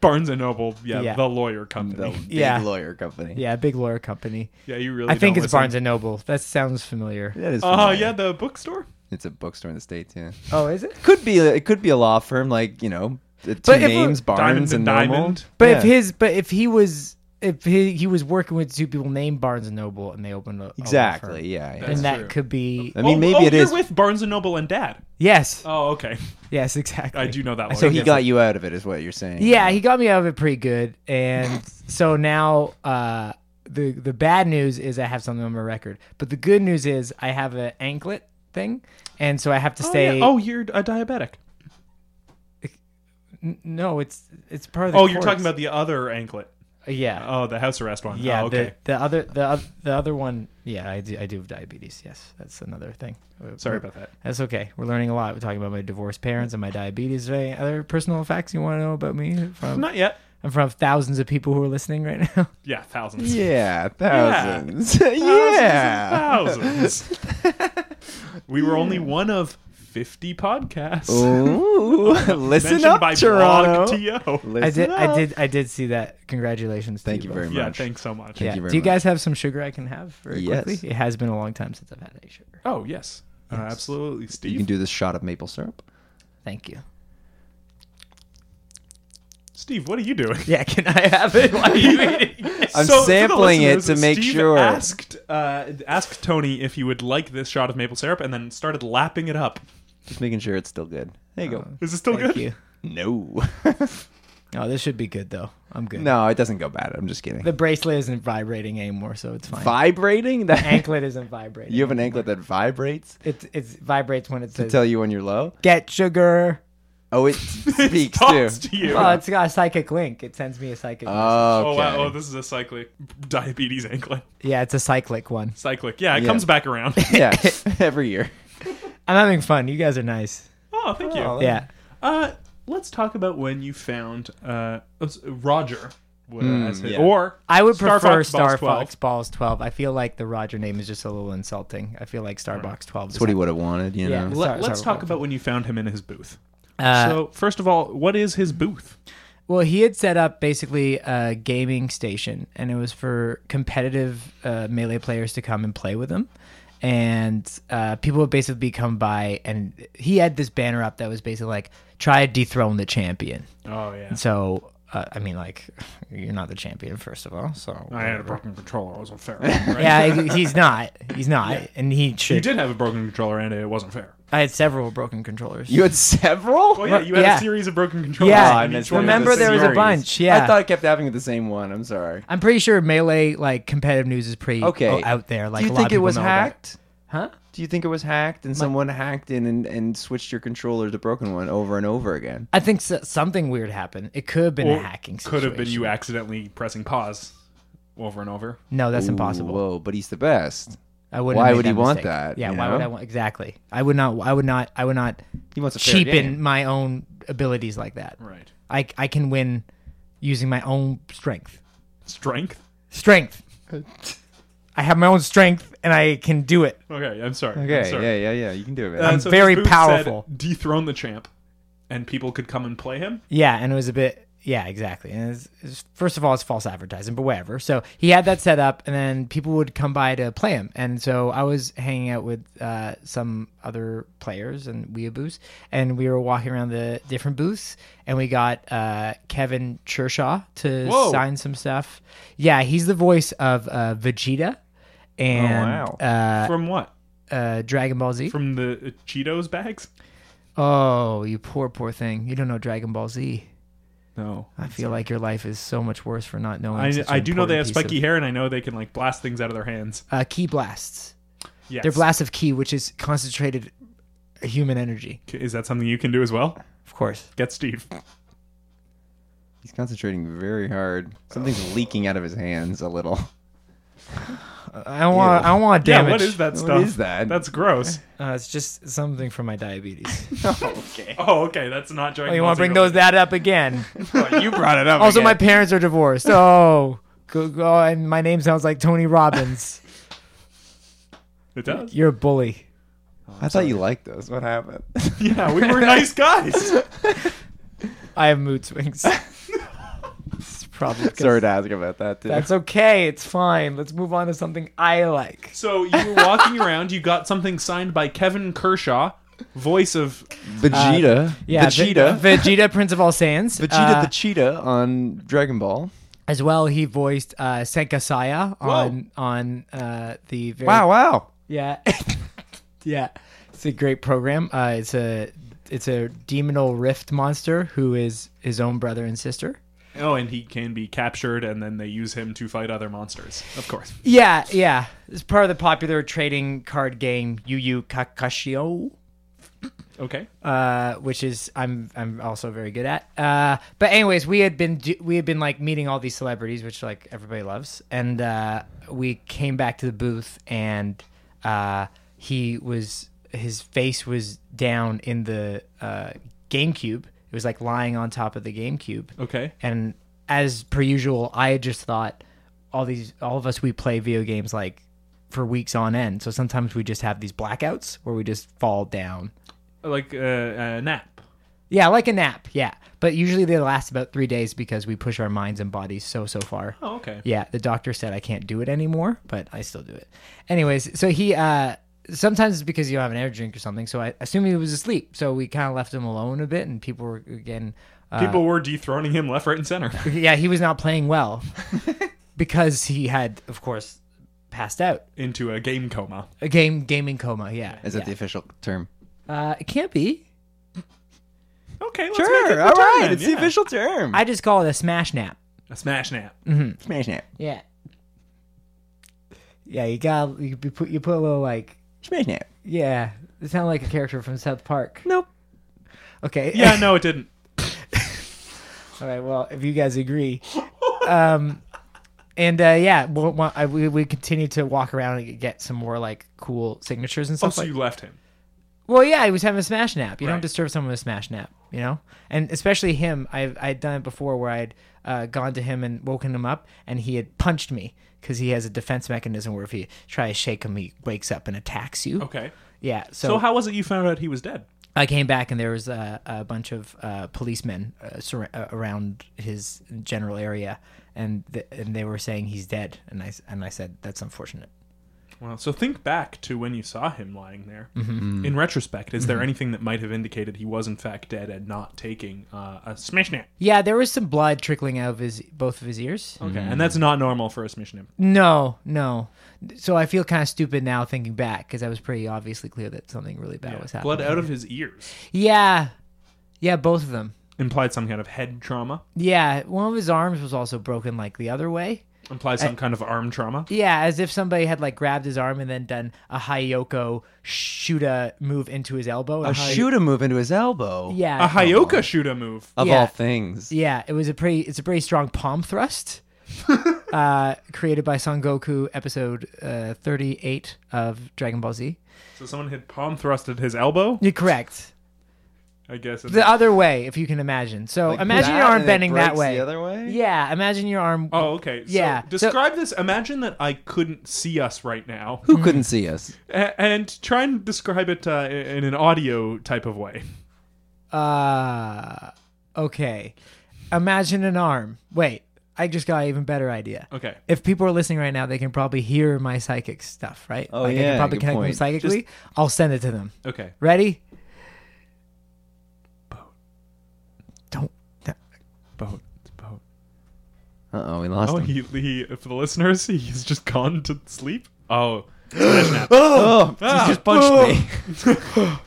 B: Barnes and Noble. Yeah,
C: Yeah.
B: the lawyer
A: The
B: company.
C: Yeah.
A: big lawyer company.
C: yeah big lawyer company
B: yeah, you really.
C: i think
B: don't
C: it's
B: listen.
C: barnes and noble that sounds familiar
A: That is.
B: Oh
A: familiar.
B: yeah, the bookstore.
A: It's a bookstore in the states. Yeah.
C: oh is it
A: Could be. A, it could be a law firm like you know. The two
C: But if
A: names,
C: it-
A: Barnes
B: Diamond
A: and
B: and
A: Noble.
B: Diamond.
C: but if
A: Yeah.
C: his but if he was if he, he was working with two people named barnes and noble and they opened a a law firm,
A: Exactly. Yeah. yeah.
B: That's
C: then that
B: true.
C: could be
A: I mean,
B: oh,
A: maybe
B: oh,
A: it
B: you're
A: is.
B: with Barnes and Noble and Dad.
C: yes
B: Oh, okay.
C: yes exactly
B: I do know that. Lawyer.
A: so he
B: company.
A: got you out of it, is what you're saying.
C: Yeah, he got me out of it pretty good, and so now uh, the the bad news is I have something on my record, but the good news is I have an anklet thing, and so I have to
B: Oh,
C: stay.
B: yeah. oh, you're a diabetic.
C: N- no, it's it's part of the.
B: Oh, you're talking
C: courts.
B: about the other anklet.
C: yeah,
B: Oh, the house arrest one.
C: yeah.
B: Oh, okay.
C: The, the other the oth- the other one. Yeah, I do I do have diabetes. Yes, that's another thing.
B: Sorry about that.
C: That's okay. We're learning a lot. We're talking about my divorced parents and my diabetes today. Other personal facts you want to know about me? From
B: Not yet.
C: I'm from thousands of people who are listening right now.
B: Yeah, thousands.
A: Yeah, thousands.
B: Thousands and
A: yeah.
B: Thousands. we were only one of 50 podcasts.
A: Ooh, Oh. listen
B: Mentioned
A: up,
B: by
A: Toronto.
B: BlogTO.
A: Listen
C: I did. I
A: up.
C: did. I did see that. Congratulations. to
A: Thank you
C: both.
A: very much.
B: Yeah, thanks so much.
A: Thank
C: yeah.
A: you very
C: Do you
A: much.
C: guys have some sugar I can have very
A: Yes.
C: quickly? It has been a long time since I've had any sugar.
B: Oh, yes. Uh, absolutely,
A: You
B: Steve.
A: can do this shot of maple syrup.
C: Thank you.
B: Steve, what are you doing?
C: Yeah, can I have it? Why are you eating? it?
A: I'm
B: So, for the
A: sampling it to
B: listeners,
A: make
B: Steve
A: sure.
B: Asked, uh, asked Tony if he would like this shot of maple syrup, and then started lapping it up.
A: Just making sure it's still good. There you go.
C: Oh.
B: Is it still
C: Thank
B: good?
C: you.
A: No.
C: Oh, this should be good though. I'm good.
A: no, it doesn't go bad. I'm just kidding.
C: The bracelet isn't vibrating anymore, so it's fine.
A: Vibrating? That
C: anklet isn't vibrating.
A: You have an anklet that vibrates
C: It it vibrates when it
A: to
C: says
A: tell you when you're low?
C: get sugar.
A: Oh, it speaks too.
B: Talks to you.
C: Oh, it's got a psychic link. It sends me a psychic.
A: Okay.
B: Oh wow! Oh, this is a cyclic diabetes anklet.
C: message. Yeah, it's a cyclic one.
B: Cyclic. Yeah, it
A: Yeah.
B: comes back around.
A: yeah, every year.
C: I'm having fun. You guys are nice.
B: oh, thank you.
A: Oh,
C: Yeah.
B: Uh, let's talk about when you found uh Roger. was- as his-
A: Hmm, yeah.
B: Or
C: I would
B: Star
C: prefer
B: Fox Balls
C: Star
B: 12.
C: Fox Balls 12. I feel like the Roger name is just a little insulting. I feel like Starbucks 12.
A: That's what he would have wanted, you
C: Yeah.
A: know?
B: Let,
C: Sorry,
B: us
C: sorry,
B: talk
C: Roger.
B: about when you found him in his booth.
C: Uh,
B: so first of all, what is his booth?
C: Well, he had set up basically a gaming station, and it was for competitive uh, melee players to come and play with him. And uh, people would basically come by, and he had this banner up that was basically like, "Try to dethrone the champion."
B: Oh yeah.
C: And so, uh, I mean, like, you're not the champion, first of all. So,
B: I had a broken controller. It wasn't fair. Right?
C: yeah, he- he's not. He's not, and he should.
B: You did have a broken controller, and it wasn't fair.
C: I had several broken controllers.
A: You had several?
B: Well, yeah, you had
C: Yeah.
B: a series of broken controllers.
C: Yeah,
A: Oh, I
B: and
A: missed
B: each one
A: it.
C: Remember
A: It
B: was a
C: there was a
B: series.
C: bunch, yeah.
A: I thought I kept having the same one. I'm sorry.
C: I'm pretty sure melee like competitive news is pretty
A: Okay.
C: oh, out there. Like,
A: Do you
C: a lot
A: think
C: of
A: it
C: people
A: was
C: know about
A: hacked?
C: Huh?
A: Do you think it was hacked and someone hacked in and, and switched your controller to broken one over and over again?
C: I think so, something weird happened. It could have been
B: Or
C: a hacking. Situation.
B: Could have been you accidentally pressing pause over and over.
C: No, that's
A: Ooh,
C: impossible.
A: Whoa, but he's the best.
C: I wouldn't.
A: Why
C: have
A: would
C: made
A: he want
C: mistake.
A: that,
C: Yeah.
A: you
C: Why would
A: know?
C: I want exactly? I would not. I would not. I would not
A: He wants a fair
C: cheapen
A: game.
C: my own abilities like that.
B: Right.
C: I I can win using my own strength.
B: Strength.
C: Strength. I have my own strength, and I can do it.
B: Okay, I'm sorry. I'm
A: Okay,
B: sorry.
A: yeah, yeah, yeah. You can do it.
B: Uh,
A: man.
B: so
C: very
B: his booth
C: powerful.
B: Said, Dethrone the champ, and people could come and play him.
C: Yeah, and it was a bit. Yeah, exactly. And it's, it's- first of all, it's false advertising, but whatever. So he had that set up, and then people would come by to play him. And so I was hanging out with uh, some other players and weeaboos, and we were walking around the different booths, and we got uh, Kevin Chershaw to
B: Whoa.
C: sign some stuff. Yeah, he's the voice of uh, Vegeta
B: Oh,
C: and
A: wow.
B: From what?
C: uh, uh, Dragon Ball Z.
B: From the uh, Cheetos bags?
C: oh, you poor, poor thing! You don't know Dragon Ball Z.
B: No.
C: I feel like your life is so much worse for not knowing.
B: I,
C: such an
B: I do know they have
C: important
B: spiky
C: piece
B: hair, and I know they can like blast things out of their hands.
C: of- uh, key blasts.
B: Yes.
C: They're blasts of key, which is concentrated human energy.
B: Is that something you can do as well?
C: Of course.
B: Get Steve.
A: He's concentrating very hard. Something's leaking out of his hands a little.
C: I don't want.
A: Ew.
C: I don't want damage.
B: Yeah. What is that
A: What
B: stuff?
A: is that?
B: That's gross.
C: Uh, it's just something for my diabetes.
A: okay.
B: Oh, okay. That's not Dragon
C: oh, you
B: Ball
C: want
B: Z
C: to bring those
B: related.
C: that up again?
A: you brought it up.
C: also, my
A: again.
C: parents are divorced. Oh, go, go, and my name sounds like Tony Robbins.
B: It does.
C: You're a bully.
A: I thought you liked us. What happened?
B: Yeah, we were nice guys.
C: I have mood swings. it's probably 'cause-
A: Sorry to ask about that too.
C: That's okay. It's fine. Let's move on to something I like.
B: So you were walking around. You got something signed by Kevin Kershaw, voice of uh,
A: Vegeta.
C: Yeah, Ve-
A: Vegeta.
C: Vegeta, Prince of All Saiyans.
A: Vegeta
C: Uh,
A: the cheetah on Dragon Ball.
C: as well, he voiced uh, Senka Saya on on uh, the very,
A: wow.
C: yeah yeah. It's a great program. Uh, it's a it's a demonal rift monster who is his own brother and sister.
B: oh, and he can be captured, and then they use him to fight other monsters. Of course.
C: Yeah, yeah. It's part of the popular trading card game Yu Yu Kakushio.
B: Okay.
C: uh, which is I'm I'm also very good at. Uh, but anyways, we had been do- we had been like meeting all these celebrities, which like everybody loves, and uh, we came back to the booth, and uh, he was his face was down in the uh, GameCube. It was like lying on top of the GameCube.
B: Okay.
C: And as per usual, I had just thought all these all of us we play video games like for weeks on end. So sometimes we just have these blackouts where we just fall down
B: like uh, a nap.
C: Yeah, like a nap. Yeah, but usually they last about three days because we push our minds and bodies so so far.
B: Oh, okay.
C: Yeah, the doctor said I can't do it anymore, but I still do it. Anyways, so he uh sometimes it's because you don't have an energy drink or something. So I assume he was asleep. So we kind of left him alone a bit, and people were again. Uh,
B: People were dethroning him left, right, and center.
C: yeah, he was not playing well because he had, of course, passed out.
B: into a game coma.
C: A game gaming coma. Yeah,
A: Is that the official term?
C: the? Uh, it can't be.
B: Okay, let's
A: Sure.
B: make it the
A: all right.
B: term,
A: it's
B: yeah.
A: the official term.
C: I just call it a smash nap.
B: A smash nap.
A: Smash nap.
C: Yeah. Yeah, you got you put you put a little like
A: Smash nap.
C: yeah. It sounded like a character from South Park.
A: Nope.
C: Okay.
B: Yeah, no, it didn't.
C: All right. Well, if you guys agree, um, and uh, yeah, we'll, we'll- I, we we continue to walk around and get some more like cool signatures and
B: Oh,
C: stuff.
B: so
C: like-
B: you left him.
C: well, yeah, I was having a smash nap. You don't
B: Right.
C: disturb someone with a smash nap, you know. And especially him, I I'd done it before where I'd uh, gone to him and woken him up, and he had punched me because he has a defense mechanism where if you try to shake him, he wakes up and attacks you.
B: Okay.
C: Yeah. So,
B: So how was it you found out he was dead?
C: I came back and there was a, a bunch of uh, policemen uh, sur- uh, around his general area, and th- and they were saying he's dead, and I s- and I said that's unfortunate.
B: Well, so think back to when you saw him lying there. In retrospect, is there
C: Mm-hmm.
B: anything that might have indicated he was in fact dead and not taking uh, a smash nap?
C: Yeah, there was some blood trickling out of his both of his ears.
B: Okay, and that's not normal for a smash nap.
C: No, no. So I feel kind of stupid now thinking back because I was pretty obviously clear that something really bad was happening.
B: Blood out of his ears
C: Yeah, yeah, both of them.
B: implied some kind of head trauma.
C: Yeah, one of his arms was also broken like the other way.
B: Implies some kind of arm trauma.
C: Yeah, as if somebody had like grabbed his arm and then done a Hayoko shuta move into his elbow.
A: A
C: And Hay-
A: shoot a move into his elbow.
C: Yeah.
B: A Hayoka Shuda move.
A: Of
C: Yeah.
A: all things.
C: yeah, it was a pretty. It's a pretty strong palm thrust. uh, created by Son Goku, episode uh, 38 of Dragon Ball Z.
B: So someone had palm thrusted his elbow.
C: You're correct.
B: I guess.
C: The uh, other way, if you can imagine. So
A: Like
C: imagine
A: that,
C: your arm
A: and it
C: bending that
A: breaks
C: way.
A: The other way.
C: Yeah, imagine your arm.
B: Oh, okay. So
C: Yeah, so-
B: Describe this. Imagine that I couldn't see us right now,
C: Mm-hmm.
A: Who couldn't see us?
B: A- and try and describe it uh, in an audio type of way.
C: Uh, okay. Imagine an arm. Wait, I just got an even better idea.
B: Okay.
C: If people are listening right now, they can probably hear my psychic stuff, right?
A: Oh,
C: like I
A: yeah,
C: can probably
A: good
C: connect them
A: point.
C: psychically. I'll send it to them.
B: Okay.
C: Ready? Don't.
B: Boat. It's boat.
A: Uh oh, we lost
B: Oh,
A: him.
B: he, he for the listeners, he's just gone to sleep. Oh.
A: Oh,
B: Ah.
A: he just punched me.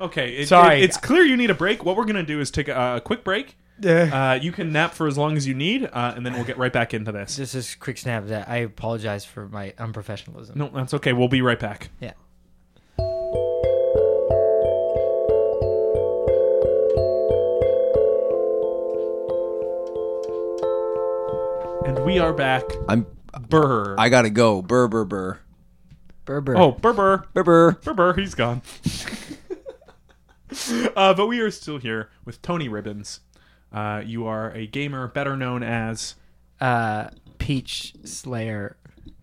B: Okay. It,
C: Sorry.
B: it- it's clear you need a break. What we're gonna do is take a, a quick break.
C: Yeah.
B: Uh, you can nap for as long as you need, uh, and then we'll get right back into this.
C: Just a quick snap of that. I apologize for my unprofessionalism.
B: No, that's okay. We'll be right back.
C: Yeah.
B: And we are back.
A: I'm.
B: Burr.
A: I gotta go. Burr, burr, burr,
C: Berber.
B: oh, burr, burr.
A: burr, burr.
B: Burr, burr, he's gone. uh, but we are still here with Tony Ribbons. Uh, you are a gamer better known as,
C: Uh, Peach Slayer.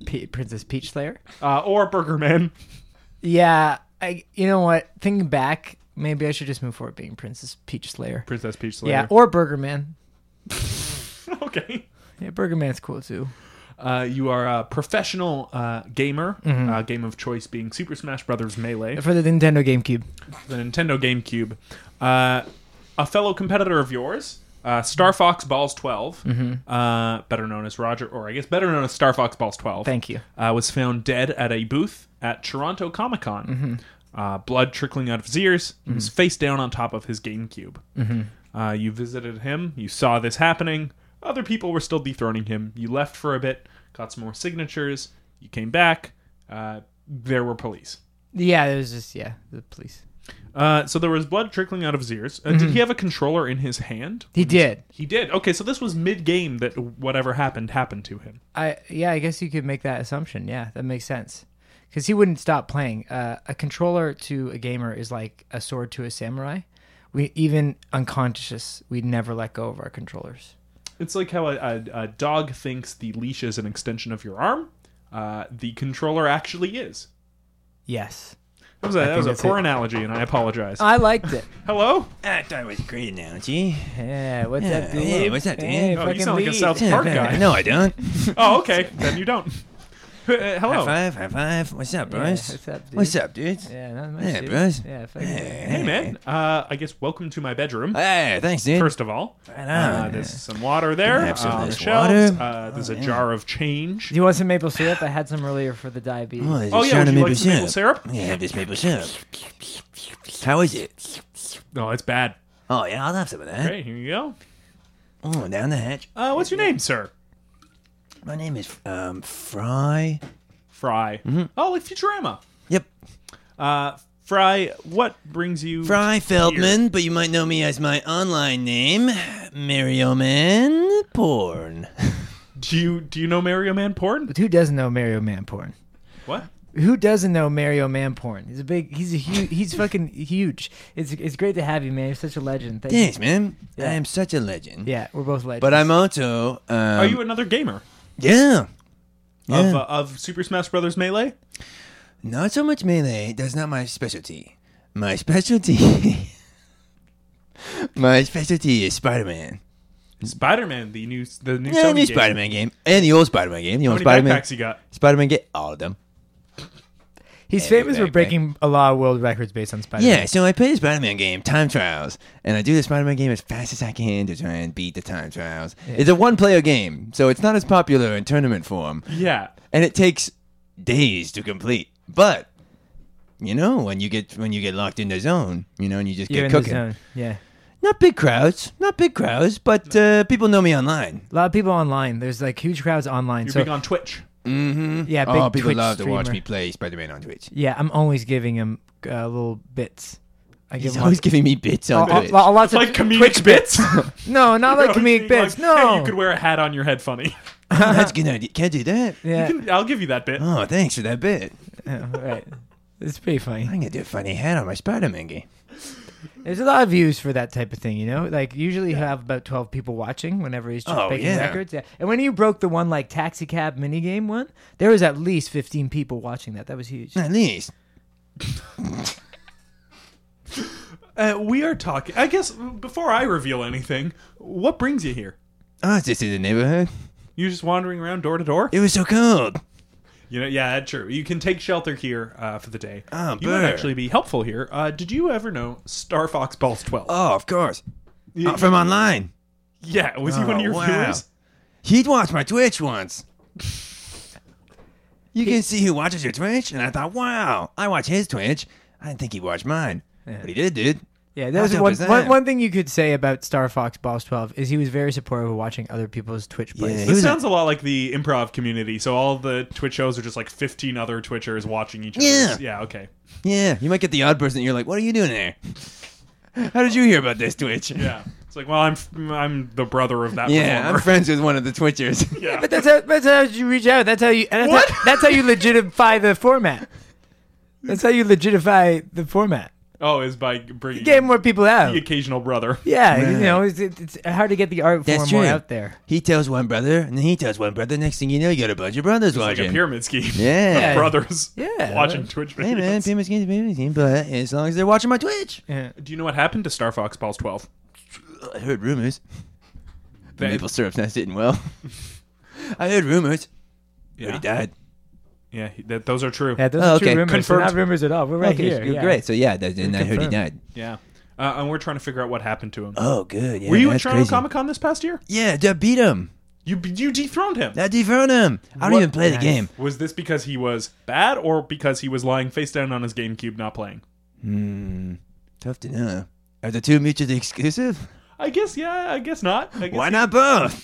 C: P- Princess Peach Slayer.
B: uh, or Burger Man.
C: Yeah, I. You know what? Thinking back, maybe I should just move forward being Princess Peach Slayer.
B: Princess Peach Slayer.
C: Yeah, or Burger Man.
B: okay.
C: Yeah, Burger Man's cool too.
B: Uh, you are a professional uh, gamer. Uh, game of choice being Super Smash Brothers Melee
C: For the Nintendo GameCube.
B: the Nintendo GameCube. Uh, a fellow competitor of yours, uh, Star Fox Balls 12,
C: Mm-hmm.
B: uh, better known as Roger, or I guess better known as Star Fox Balls 12.
C: Thank you.
B: Uh, was found dead at a booth at Toronto Comic Con.
C: Mm-hmm.
B: Uh, blood trickling out of his ears. He was face down on top of his GameCube.
C: Mm-hmm.
B: Uh, you visited him. You saw this happening. Other people were still dethroning him. You left for a bit, got some more signatures. You came back. Uh, there were police.
C: Yeah, it was just yeah, the police.
B: Uh, so there was blood trickling out of his ears. Uh, Did
A: Mm-hmm.
B: he have a controller in his hand?
C: He did.
B: He did. Okay, so this was mid game that whatever happened happened to him.
C: I yeah, I guess you could make that assumption. Yeah, that makes sense. Because he wouldn't stop playing. Uh, a controller to a gamer is like a sword to a samurai. We even unconscious, we never let go of our controllers.
B: It's like how a, a, a dog thinks the leash is an extension of your arm. Uh, the controller actually is.
C: Yes.
B: That was a, that was a
C: that's it.
B: poor analogy, and I apologize.
C: I liked it.
B: Hello?
A: Ah, I thought it was a great analogy.
C: Yeah, what's
A: Yeah,
C: up, dude?
A: hey, what's up, dude?
C: Hey,
B: Oh, you
C: fucking
B: sound like a
C: lead.
B: South Park guy.
A: no, I don't.
B: Oh, okay. Then you don't. Uh,
A: High
B: hello.
A: five, high five. What's up, Bryce?
C: what's up, dude?
A: What's up, dude?
C: Yeah, not much,
A: Yeah,
C: dude.
A: Bruce.
C: Yeah, fucking
B: Hey, man. Uh, I guess welcome to my bedroom.
A: Hey, thanks, dude.
B: First of all,
A: Right
B: uh,
A: on.
B: there's some water there
A: have some
B: uh,
A: of
B: on the
A: this
B: shelves.
A: water. Oh,
B: Uh, there's a
A: yeah.
B: jar of change.
C: Do you want some maple syrup? I had some earlier for the diabetes.
A: Oh, there's
B: Oh,
A: a
B: yeah,
A: shot
B: would
A: of
B: you like some maple syrup?
A: Yeah, have this maple syrup. How is it?
B: Oh, it's bad.
A: Oh, yeah, I'll have some of that.
B: Great, here you go.
A: Oh, down the hatch.
B: Uh, what's your name, sir?
A: My name is um Fry.
B: Fry. Oh, like Futurama.
A: Yep,
B: Uh, Fry, what brings you?
A: Fry Feldman, but you might know me as my online name, Marioman Porn.
B: Do you do you know Mario Man porn?
C: But who doesn't know Mario Man porn?
B: What?
C: Who doesn't know Mario Man porn? He's a big. He's a huge. He's fucking huge. It's it's great to have you, man. You're such a legend. Thank
A: Thanks,
C: you.
A: man.
C: Yeah.
A: I am such a legend.
C: Yeah, we're both legends.
A: But I'm also. Um,
B: Are you another gamer
A: Yeah. Yeah.
B: of uh, of Super Smash Brothers Melee?
A: Not so much melee. That's not my specialty. My specialty. my specialty is Spider Man.
B: Spider Man, the new the new,
A: Yeah,
B: Sony
A: new
B: game.
A: Spider Man game. And the old Spider Man game. You
B: How
A: know,
B: many
A: Spider Man.
B: backpacks you got?
A: Spider Man get all of them.
C: he's
A: Hey,
C: famous
A: back,
C: for breaking a lot of world records based on Spider.
A: Yeah, so I play the Spider Man game, Time Trials, and I do the Spider Man game as fast as I can to try and beat the Time Trials. It's a one player game, so it's not as popular in tournament form,
B: Yeah.
A: and it takes days to complete. But you know, when you get when you get locked in the zone, you know, and you just
C: You're
A: get
C: in
A: cooking.
C: the zone. Yeah,
A: Not big crowds, not big crowds, but uh, people know me online.
C: a lot of people online. There's like huge crowds online.
B: You're
C: so
B: big on Twitch.
A: Mm-hmm.
C: Yeah,
A: oh,
C: big
A: people
C: Twitch
A: love to watch
C: streamer.
A: me play Spider Man on Twitch.
C: yeah, I'm always giving him uh, little bits. I give
A: He's
C: him
A: always giving me bits on
C: lots,
A: Twitch.
C: lo- lo- lots of
B: Like comedic
C: Twitch
B: bits.
C: No, not like comedic bits.
B: Like, hey,
C: No,
B: you could wear a hat on your head. Funny.
A: That's a good idea. Can't do that.
C: yeah,
B: You can- I'll give you that bit.
A: Oh, thanks for that bit.
C: yeah, right. It's pretty funny.
A: I'm gonna do a funny hat on my Spider Man game.
C: There's a lot of views for that type of thing, you know. Like usually you have about twelve people watching whenever he's just
A: Oh,
C: breaking
A: yeah.
C: records. Yeah. And when you broke the one like taxi cab minigame one, there was at least fifteen people watching that. That was huge.
A: At least.
B: Uh, we are talking. I guess before I reveal anything, what brings you here?
A: Oh, it's just in the neighborhood.
B: You're just wandering around door to door.
A: It was so cold.
B: You know, yeah, that's true. You can take shelter here uh, for the day.
A: Ah,
B: you might
A: burr.
B: actually be helpful here. Uh, did you ever know Star Fox Balls Twelve?
A: Oh, of course.
B: You-
A: Oh, from online.
B: yeah, was he one of
A: Oh,
B: your
A: wow.
B: viewers?
A: He'd watched my Twitch once. You can see who watches your Twitch, and I thought, wow, I watch his Twitch. I didn't think he watched mine, but he did, dude.
C: Yeah,
A: How
C: that was
A: dope
C: one,
A: is that?
C: one one thing you could say about Star Fox Boss Twelve is he was very supportive of watching other people's Twitch plays.
A: Yeah. He
B: This
A: was a-
B: sounds a lot like the improv community. So all the Twitch shows are just like 15 other Twitchers watching each other.
A: Yeah.
B: Yeah. Okay.
A: Yeah, you might get the odd person. You're like, what are you doing there? How did you hear about this Twitch?
B: Yeah. It's like, well, I'm I'm the brother of that.
A: Yeah,
B: Performer.
A: I'm friends with one of the Twitchers.
B: yeah.
C: But that's how, that's how you reach out. That's how you. And that's How,
B: What?
C: that's how you legitify the format. That's how you legitify the format.
B: Oh, is by bringing
C: Get more people out.
B: the occasional brother.
C: Yeah, you
A: Right.
C: know, it's, it's hard to get the art form
A: That's
C: more
A: true.
C: out there.
A: He tells one brother, and then he tells one brother. Next thing you know, you got a bunch of brothers
B: Like a
A: watching.
B: pyramid scheme.
A: yeah.
B: Of brothers.
C: Yeah.
B: Watching Twitch videos.
A: Hey man, famous games, famous games, but as long as they're watching my Twitch,
C: Yeah.
B: Do you know what happened to Star Fox Balls 12?
A: I heard rumors. The
B: They-
A: maple syrup's not sitting well. I heard rumors. But
B: Yeah.
A: he died.
B: Yeah. he- that, those are true.
C: Yeah, those
A: Oh,
C: are
A: okay.
C: true rumors. They're
B: Confirmed.
C: not rumors at all. We're right
A: okay,
C: here.
A: good,
C: yeah.
A: great. So yeah, that, and I heard he
C: Confirmed.
A: died.
B: Yeah. Uh, and we're trying to figure out what happened to him.
A: Oh, good. Yeah,
B: Were you at
A: that's
B: Toronto
A: crazy.
B: Comic Con this past year?
A: Yeah, that beat him.
B: You you dethroned him.
A: That dethroned him. I don't
B: What-
A: even play the
C: Nice.
A: game.
B: was this because he was bad or because he was lying face down on his GameCube not playing?
A: Hmm. Tough to know. Are the two mutually exclusive?
B: I guess yeah, I guess not. I guess
A: Why not both?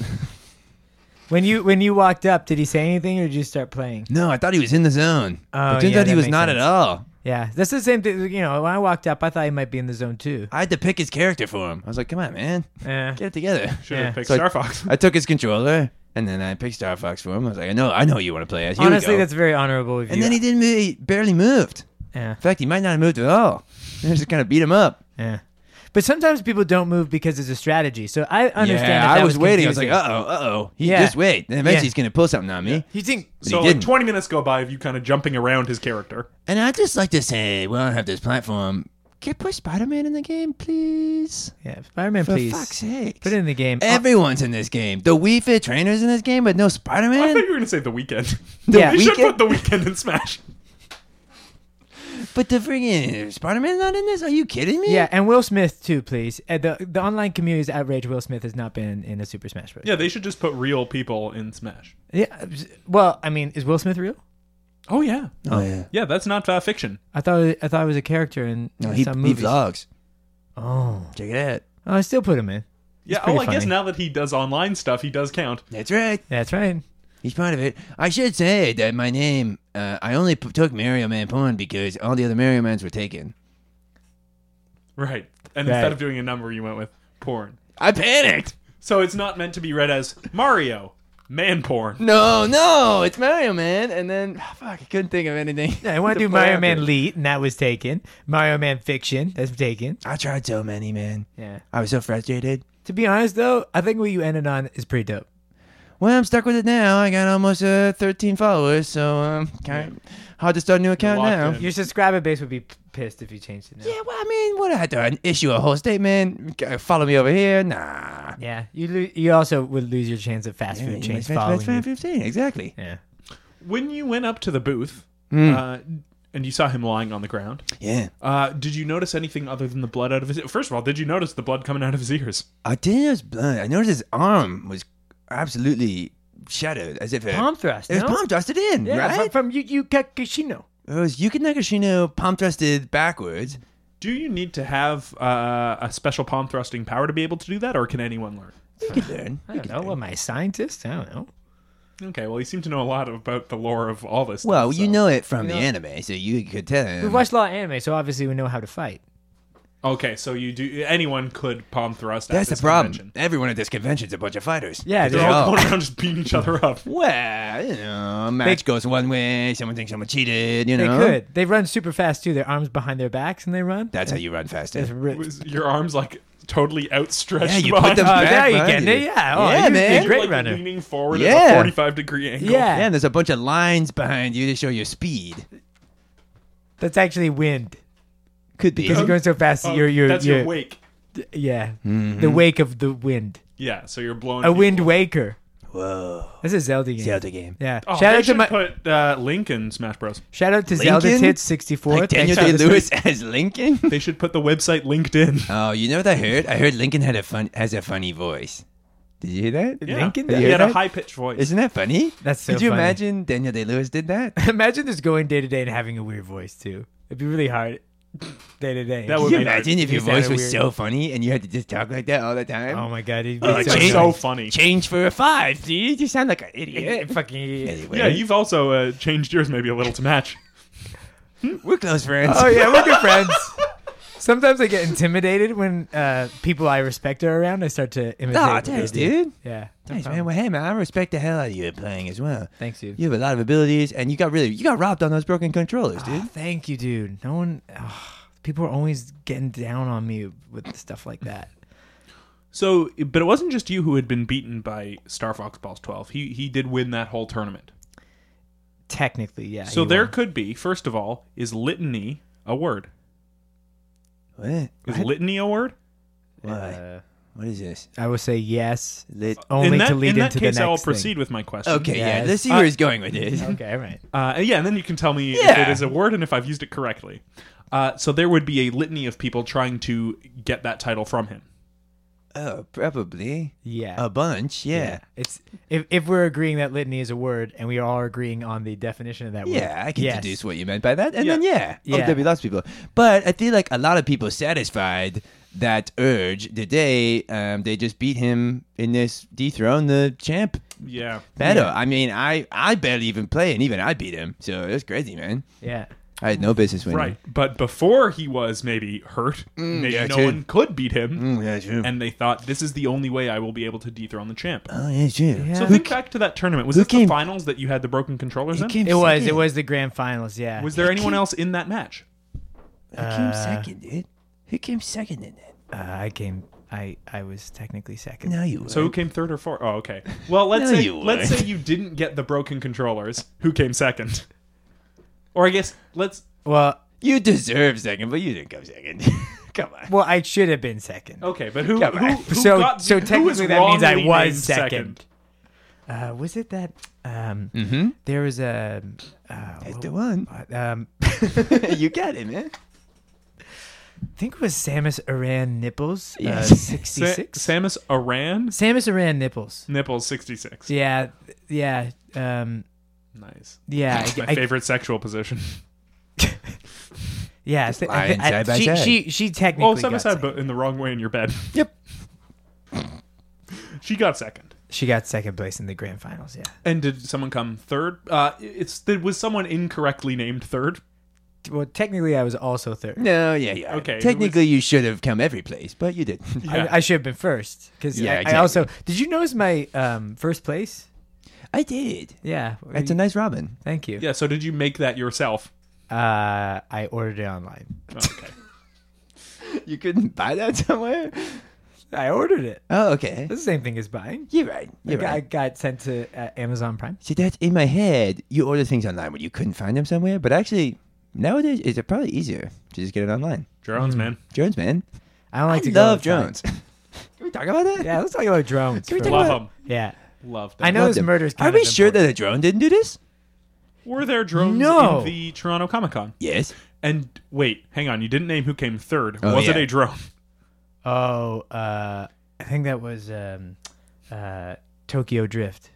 C: When you when you walked up, did he say anything or did you start playing?
A: no, I thought he was in the zone.
C: Oh,
A: but turns
C: yeah,
A: out he
C: that
A: was
C: makes
A: not
C: sense.
A: at all.
C: Yeah, that's the same thing. You know, when I walked up, I thought he might be in the zone too.
A: I had to pick his character for him. I was like, come on, man.
C: Yeah.
A: Get it together.
B: Should
C: Yeah.
B: have picked
A: So-
B: Star Fox.
A: I took his controller and then I picked Star Fox for him. I was like, I know, I know you want to play as. Here we
C: Honestly,
A: go.
C: that's very honorable of you.
A: And then he didn't move, he barely moved.
C: yeah,
A: In fact, he might not have moved at all. They just kind of beat him up.
C: yeah. But sometimes people don't move because it's a strategy. So I understand. if
A: Yeah,
C: that
A: I was, waiting. I was like,
C: confusing.
A: uh oh, uh oh. He
C: Yeah.
A: just wait. And eventually
C: Yeah.
A: he's gonna pull something on me.
C: You think
A: But
B: so
A: he
B: like
A: didn't.
B: 20 minutes go by of you kind of jumping around his character.
A: and I just like to say, we don't have this platform. Can you put Spider Man in the game, please?
C: Yeah, Spider Man,
A: For
C: please.
A: fuck's sake.
C: Put it in the game.
A: Everyone's in this game. The Wii Fit trainer's in this game, but no Spider
B: I thought
A: Man.
B: you were going to say the weekend.
C: Yeah.
B: you should
A: Weeknd?
B: put the weekend in Smash.
A: But the freaking Spider Man's not in this? Are you kidding me?
C: Oh, yeah, and Will Smith too, please. Uh, the the online community is outraged. Will Smith has not been in a Super Smash Bros.
B: Yeah, they should just put real people in Smash.
C: Yeah. Well, I mean, is Will Smith real?
B: Oh yeah,
A: Oh yeah.
B: yeah. That's not uh, fiction.
C: I thought I thought it was a character in
A: No, he, he
C: some movies.
A: vlogs.
C: oh,
A: Check it out.
C: I still put him in.
B: Yeah. Oh,
C: pretty
B: I guess
C: funny.
B: now that he does online stuff, he does count.
A: That's right.
C: That's right.
A: He's part of it. I should say that my name, uh, I only p- took Mario Man Pawn because all the other Mario Mans were taken.
B: Right. And
C: Right.
B: instead of doing a number, you went with porn.
A: I panicked.
B: So it's not meant to be read as Mario man porn.
A: No, no, it's Mario Man. And then, ah, fuck, I couldn't think of anything.
C: I want to do Mario Man Elite, and that was taken. Mario Man Fiction, that's taken.
A: I tried so many, man.
C: Yeah.
A: I was so frustrated.
C: To be honest, though, I think what you ended on is pretty dope.
A: Well, I'm stuck with it now. I got almost uh, 13 followers, so um, kind of hard to start a new account
B: locked
A: now.
B: in.
C: Your subscriber base would be p- pissed if you changed it now.
A: Yeah, well, I mean, what I had to issue a whole statement. uh, Follow me over here. Nah.
C: Yeah, you lo- you also would lose your chance of fast food chains following you.
A: 15, exactly.
C: Yeah.
B: When you went up to the booth, uh, and you saw him lying on the ground,
A: Yeah.
B: uh, did you notice anything other than the blood out of his? First of all, did you notice the blood coming out of his ears?
A: I didn't notice blood. I noticed his arm was absolutely shadowed, as if a,
C: Palm thrust.
A: it was
C: no?
A: palm thrusted in,
C: yeah,
A: right?
C: fr- from Yu Yu Kakushino.
A: It was Yuki Nagashino palm thrusted backwards.
B: Do you need to have uh, a special palm thrusting power to be able to do that, or can anyone learn?
A: You could learn.
C: I don't know. Am I a scientist? I don't know.
B: Okay, well, you seem to know a lot about the lore of all this.
A: Well,
B: stuff,
A: you
B: so-
A: know it from the anime, so you could tell
C: We
A: him.
C: watched a lot of anime, so obviously we know how to fight.
B: Okay, so you do. Anyone could palm thrust.
A: That's
B: at
A: the
B: this
A: problem.
B: Convention.
A: Everyone at this convention's a bunch of fighters.
C: Yeah,
B: They're
C: Yeah.
B: all
A: Oh.
B: going around just beating each other up.
A: Well, you know, match goes one way. Someone thinks someone cheated. You
C: They
A: know,
C: could. They run super fast too. Their arms behind their backs and they run.
A: That's how you run faster.
C: That's
B: It
C: ri-
B: was- your arms like totally outstretched.
A: Yeah, you put
B: behind
A: them
B: you,
C: Oh, now
A: back
C: you
A: behind
C: getting it.
A: you.
C: Yeah. Oh,
A: Yeah,
C: you'd be
A: man.
C: a great
B: like,
C: runner.
B: leaning forward at
A: Yeah.
B: a forty-five degree angle.
C: Yeah.
A: Yeah, and there's a bunch of lines behind you to show your speed.
C: That's actually wind
A: Could be.
C: because you're going so fast. that
B: Oh,
C: you're you're
B: that's
C: you're
B: your wake.
C: yeah. The wake of the wind.
B: Yeah, so you're blowing.
C: A
B: people.
C: Mm-hmm. wind waker.
A: Whoa.
C: That's a Zelda game.
A: Zelda game.
C: Yeah.
B: Oh,
C: shout
B: they
C: out to
B: should
C: my
B: put uh, Link in Smash Bros.
C: shout out to Zelda
A: Lincoln?
C: Tits 64.
A: Like Daniel Day
C: Thanks for listening.
A: Lewis as Lincoln?
B: They should put the website LinkedIn.
A: Oh, you know what I heard? I heard Lincoln had a fun has a funny voice. Did you hear that?
B: Yeah.
C: Lincoln?
B: He
A: You
B: had
A: heard that?
B: a high-pitched voice.
A: Isn't that funny?
C: That's so
A: Could you
C: funny.
A: imagine Daniel Day Lewis did that?
C: Imagine just going day to day and having a weird voice too. It'd be really hard day to day.
B: That
A: Could
B: would
A: you
B: be hard.
A: imagine if your
C: He sounded
A: voice was
C: weird.
A: so funny and you had to just talk like that all the time?
C: Oh my god, it'd be
B: Oh, it's
C: so,
A: change-
B: so
C: annoying.
B: funny.
A: Change for a five, dude. You sound like an
C: Yeah,
A: idiot.
C: fucking
A: Anyway,
B: Yeah, you've also uh, changed yours maybe a little to match.
A: we're close friends.
C: Oh yeah, we're good friends. Sometimes I get intimidated when uh, people I respect are around. I start to imitate.
A: Aw,
C: what they
A: thanks,
C: do.
A: dude.
C: Yeah, no
A: Thanks, man.
C: problem.
A: Well, hey, man, I respect the hell out of you at playing as well.
C: Thanks, dude.
A: You have a lot of abilities, and you got really you got robbed on those broken controllers, dude.
C: Ah, thank you, dude. No one. ah, people are always getting down on me with stuff like that.
B: So, but it wasn't just you who had been beaten by Star Fox Balls 12. He he did win that whole tournament.
C: Technically, yeah.
B: So
C: you
B: there
C: won.
B: could be, first of all, is litany a word?
A: What?
B: Is litany a word?
A: Why?
C: Uh,
A: what is this?
C: I will say yes,
A: Lit-
C: only
B: in that,
C: to lead
B: in that
C: into
B: case,
C: the next
B: I will
C: thing.
B: proceed with my question.
A: Oh, Okay, yeah.
C: Yes.
A: Let's see
C: Uh,
A: where he's going with this.
C: Okay, all right.
B: Uh, and yeah, and then you can tell me if
A: Yeah.
B: it is a word and if I've used it correctly. Uh, so there would be a litany of people trying to get that title from him.
A: Oh, probably
C: Yeah.
A: a bunch. Yeah.
C: It's if, if we're agreeing that litany is a word and we all are agreeing on the definition of that
A: Yeah,
C: word.
A: I can
C: yes.
A: deduce what you meant by that, and
B: Yeah.
A: then yeah,
C: Yeah.
A: oh, there'd be lots of people. But I feel like a lot of people satisfied that urge the day um, they just beat him in this dethrone the champ
B: Yeah.
A: better. I mean, I I barely even play, and even I beat him, so it was crazy, man.
C: Yeah.
A: I had no business winning.
B: Right. But before he was maybe hurt, maybe
A: Mm. yeah,
B: no
A: true.
B: one could beat him.
A: Mm, yeah, true.
B: And they thought, this is the only way I will be able to dethrone the champ.
A: oh, yeah, true.
C: Yeah.
B: So think back to that tournament. Was
A: who
B: this the
A: came-
B: finals that you had the broken controllers in?
A: He came
C: It was. It
A: second.
C: was the grand finals. Yeah.
B: Was there anyone else in that match?
A: Who came second, dude? Who came second in that?
C: uh, I came. I I was technically second.
A: No, you.
B: So who came third or fourth? Oh, okay. Well, let's
A: No,
B: say
A: you
B: let's
A: weren't.
B: say you didn't get the broken controllers. Who came second? Or I guess let's.
C: Well,
A: you deserve second, but you didn't come second. Come on.
C: well, I should have been second.
B: Okay, but who?
A: Come
B: who,
A: on.
B: who
C: so
B: got,
C: so
B: who was
C: technically that means I
B: wrongly named
C: was second. Uh, was it that? Um,
A: Mm-hmm.
C: There was a. Uh,
A: It's
C: what-
A: the one.
C: um,
A: you got it, man.
C: I think it was Samus Aran Nipples, uh,
A: Yes.
C: 66.
B: Sa- Samus Aran
C: Samus Aran Nipples.
B: nipples sixty six.
C: Yeah, yeah, um,
B: Nice.
C: yeah.
B: That's
C: I-
B: my
C: I-
B: favorite sexual position.
C: Yeah, I thi- I
A: lying
C: thi- I-
A: side by
C: she,
A: side.
C: she she technically.
B: Oh, Samus
C: got
B: had
C: second.
B: but in the wrong way in your bed.
A: Yep.
B: she got second.
C: She got second place in the grand finals. Yeah.
B: And did someone come third? Uh, it's there was someone incorrectly named third.
C: Well, technically, I was also third.
A: No, yeah, yeah.
B: Okay, who
A: Technically, you should have come every place, but you didn't.
B: Yeah.
C: I, I should have been first because
A: Yeah,
C: I,
A: exactly.
C: I also did. You notice my um, first place?
A: I did.
C: Yeah.
A: That's a nice Robin.
C: Thank you.
B: Yeah. So did you make that yourself? Oh,
C: Uh, I ordered it online.
B: Okay.
A: You couldn't buy that somewhere?
C: I ordered it.
A: Oh, okay.
C: That's the same thing as buying.
A: You're right. You're
C: Like, I
A: right.
C: got sent to uh, Amazon Prime.
A: See, that's in my head. You order things online when you couldn't find them somewhere, but actually, nowadays, it's probably easier to just get it online.
B: Drones, man.
A: Drones, man.
C: I don't like
A: I
C: to go
A: love
C: outside.
A: drones. Can we talk about that?
C: Yeah, let's talk about drones.
A: Can we
C: for a
A: talk
C: while.
B: Love
A: about-
B: them.
C: yeah,
B: Love them.
C: I know
A: Love
C: this
A: them.
C: murder is.
A: Are
C: kind
A: we
C: of
A: sure that
C: important.
A: a drone didn't do this?
B: Were there drones
C: No.
B: in the Toronto Comic Con?
A: Yes.
B: And wait, hang on. You didn't name who came third.
A: Oh,
B: was it
A: yeah.
B: a drone?
C: Oh, uh, I think that was um, uh, Tokyo Drift.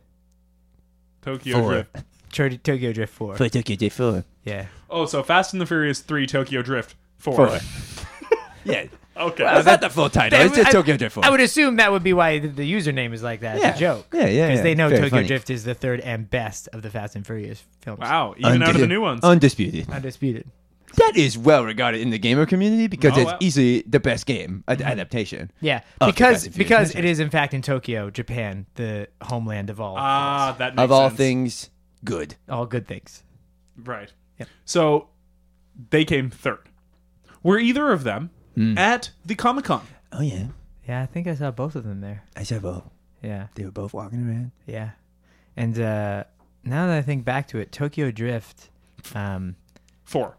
B: Tokyo
A: Four.
B: Drift.
C: Tur- Tokyo Drift Four.
A: For Tokyo Day 4.
C: Yeah.
B: Oh, so Fast and the Furious three, Tokyo Drift four.
A: Four. yeah.
B: Okay.
A: Well, it's not the full title.
C: That
A: It's just
C: would-
A: Tokyo Day 4.
C: I would assume that would be why the, the username is like that.
A: yeah.
C: It's a joke.
A: Yeah, yeah.
C: Because
A: yeah.
C: they know
A: Very
C: Tokyo
A: funny.
C: Drift is the third and best of the Fast and Furious films.
B: wow. Even out of the
A: Undisputed.
B: new ones.
A: Undisputed.
C: Undisputed.
A: That is well regarded in the gamer community because
B: Oh,
A: it's
B: wow.
A: easily the best game ad- adaptation.
C: Yeah.
A: Oh, Fast
C: Because
A: and Furious
C: because it
A: franchise.
C: is in fact in Tokyo, Japan, the homeland of all
B: ah, that makes
A: of all
B: sense.
A: things, good.
C: all good things.
B: Right.
C: Yep.
B: So they came third. Were either of them
A: Hmm.
B: at the Comic Con?
A: Oh yeah,
C: Yeah, I think I saw both of them there.
A: I said both.
C: Yeah.
A: They were both walking around.
C: Yeah. And uh now that I think back to it, Tokyo Drift um
B: Four.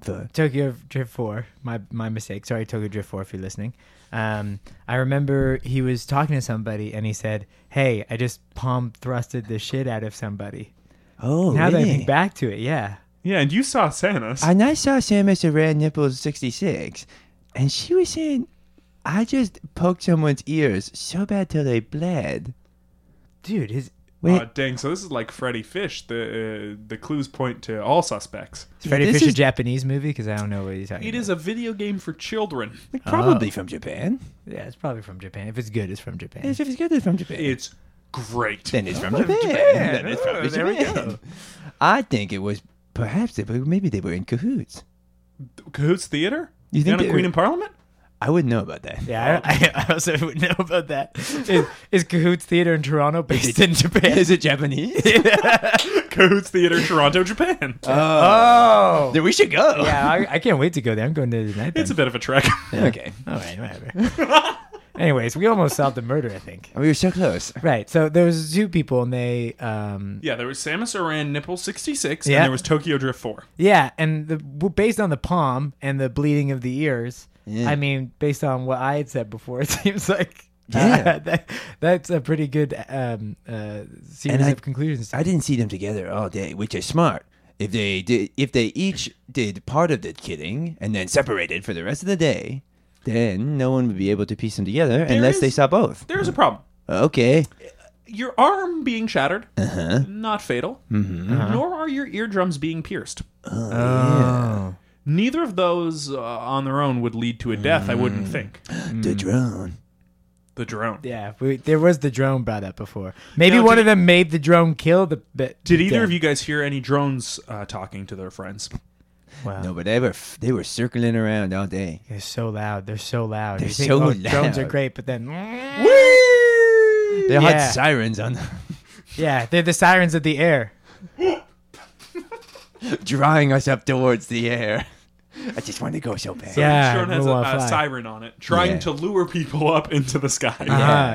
A: The
C: Tokyo Drift 4. My my mistake. Sorry, Tokyo Drift 4 if you're listening. Um, I remember he was talking to somebody and he said, "Hey, I just palm thrusted the shit out of somebody."
A: oh
C: now that I
A: really?
C: think back to it, yeah.
B: Yeah, and you saw Samus.
A: And I saw Samus Aran nipples sixty six, and she was saying, "I just poked someone's ears so bad till they bled."
C: Dude, his
A: Wait,
B: Aw, dang! So this is like Freddy Fish. The uh, the clues point to all suspects.
C: Freddy
A: this
C: Fisher
A: is-
C: Japanese movie because I don't know what he's talking.
B: It is a video game for children.
A: probably from Japan.
C: about. yeah, it's probably from Japan. If it's good, it's from Japan.
A: If it's good, it's from Japan.
B: It's great.
A: Then it's from Japan. Then it's from
B: Oh, there we
A: Japan. I think it was perhaps they were, maybe they were in cahoots.
B: Cahoots Theater.
A: You think
B: Down at
A: they-
B: Queen in Parliament?
A: I wouldn't know about that.
C: yeah, I, I also would know about that. Is, is Cahoots Theater in Toronto based in Japan?
A: Is it Japanese?
B: Cahoots Theater, Toronto, Japan.
C: Oh,
A: then we should go.
C: yeah, I, I can't wait to go there. I'm going there tonight.
B: It's a
C: then.
B: bit of a trek.
A: Okay.
C: All right, whatever. Anyways, we almost solved the murder. I think.
A: We were so close.
C: Right. So there was two people, and they, um,
B: yeah, there was Samus Aran Nipple 66,
C: Yeah.
B: and there was Tokyo Drift 4.
C: yeah, and the well, based on the palm and the bleeding of the ears.
A: Yeah.
C: I mean, based on what I had said before, it seems like
A: Yeah.
C: uh, that, that's a pretty good um, uh, series
A: And I-
C: of conclusions. Uh,
A: I didn't see them together all day, which is smart. If they did, if they each did part of the killing and then separated for the rest of the day, then no one would be able to piece them together unless
B: is-
A: they saw both.
B: There's a problem.
A: Okay.
B: Your arm being shattered,
A: Uh-huh.
B: not fatal,
A: Mm-hmm.
B: nor are your eardrums being pierced.
C: Oh.
B: Neither of those uh, on their own would lead to a death, I wouldn't
A: Mm.
B: think.
A: The drone.
B: The drone.
C: Yeah, we, there was the drone brought up before. Maybe
B: Now,
C: one
B: did-
C: of them made the drone kill the. the
B: Did either of you guys hear any drones uh, talking to their friends?
C: Wow.
A: No, but they were f- they were circling around all day.
C: They're so loud. They're so loud.
A: They're
C: you think,
A: so
C: oh, Drones are
A: loud.
C: great, but then.
A: They had
C: Yeah.
A: sirens on, them,
C: Yeah, they're the sirens of the air.
A: drawing us up towards the air. I just want to go so bad.
C: Yeah,
B: Sean has a,
C: Moonwalk
B: a
C: Fly.
B: siren on it, trying
A: Yeah.
B: to lure people up into the sky.
C: Ah,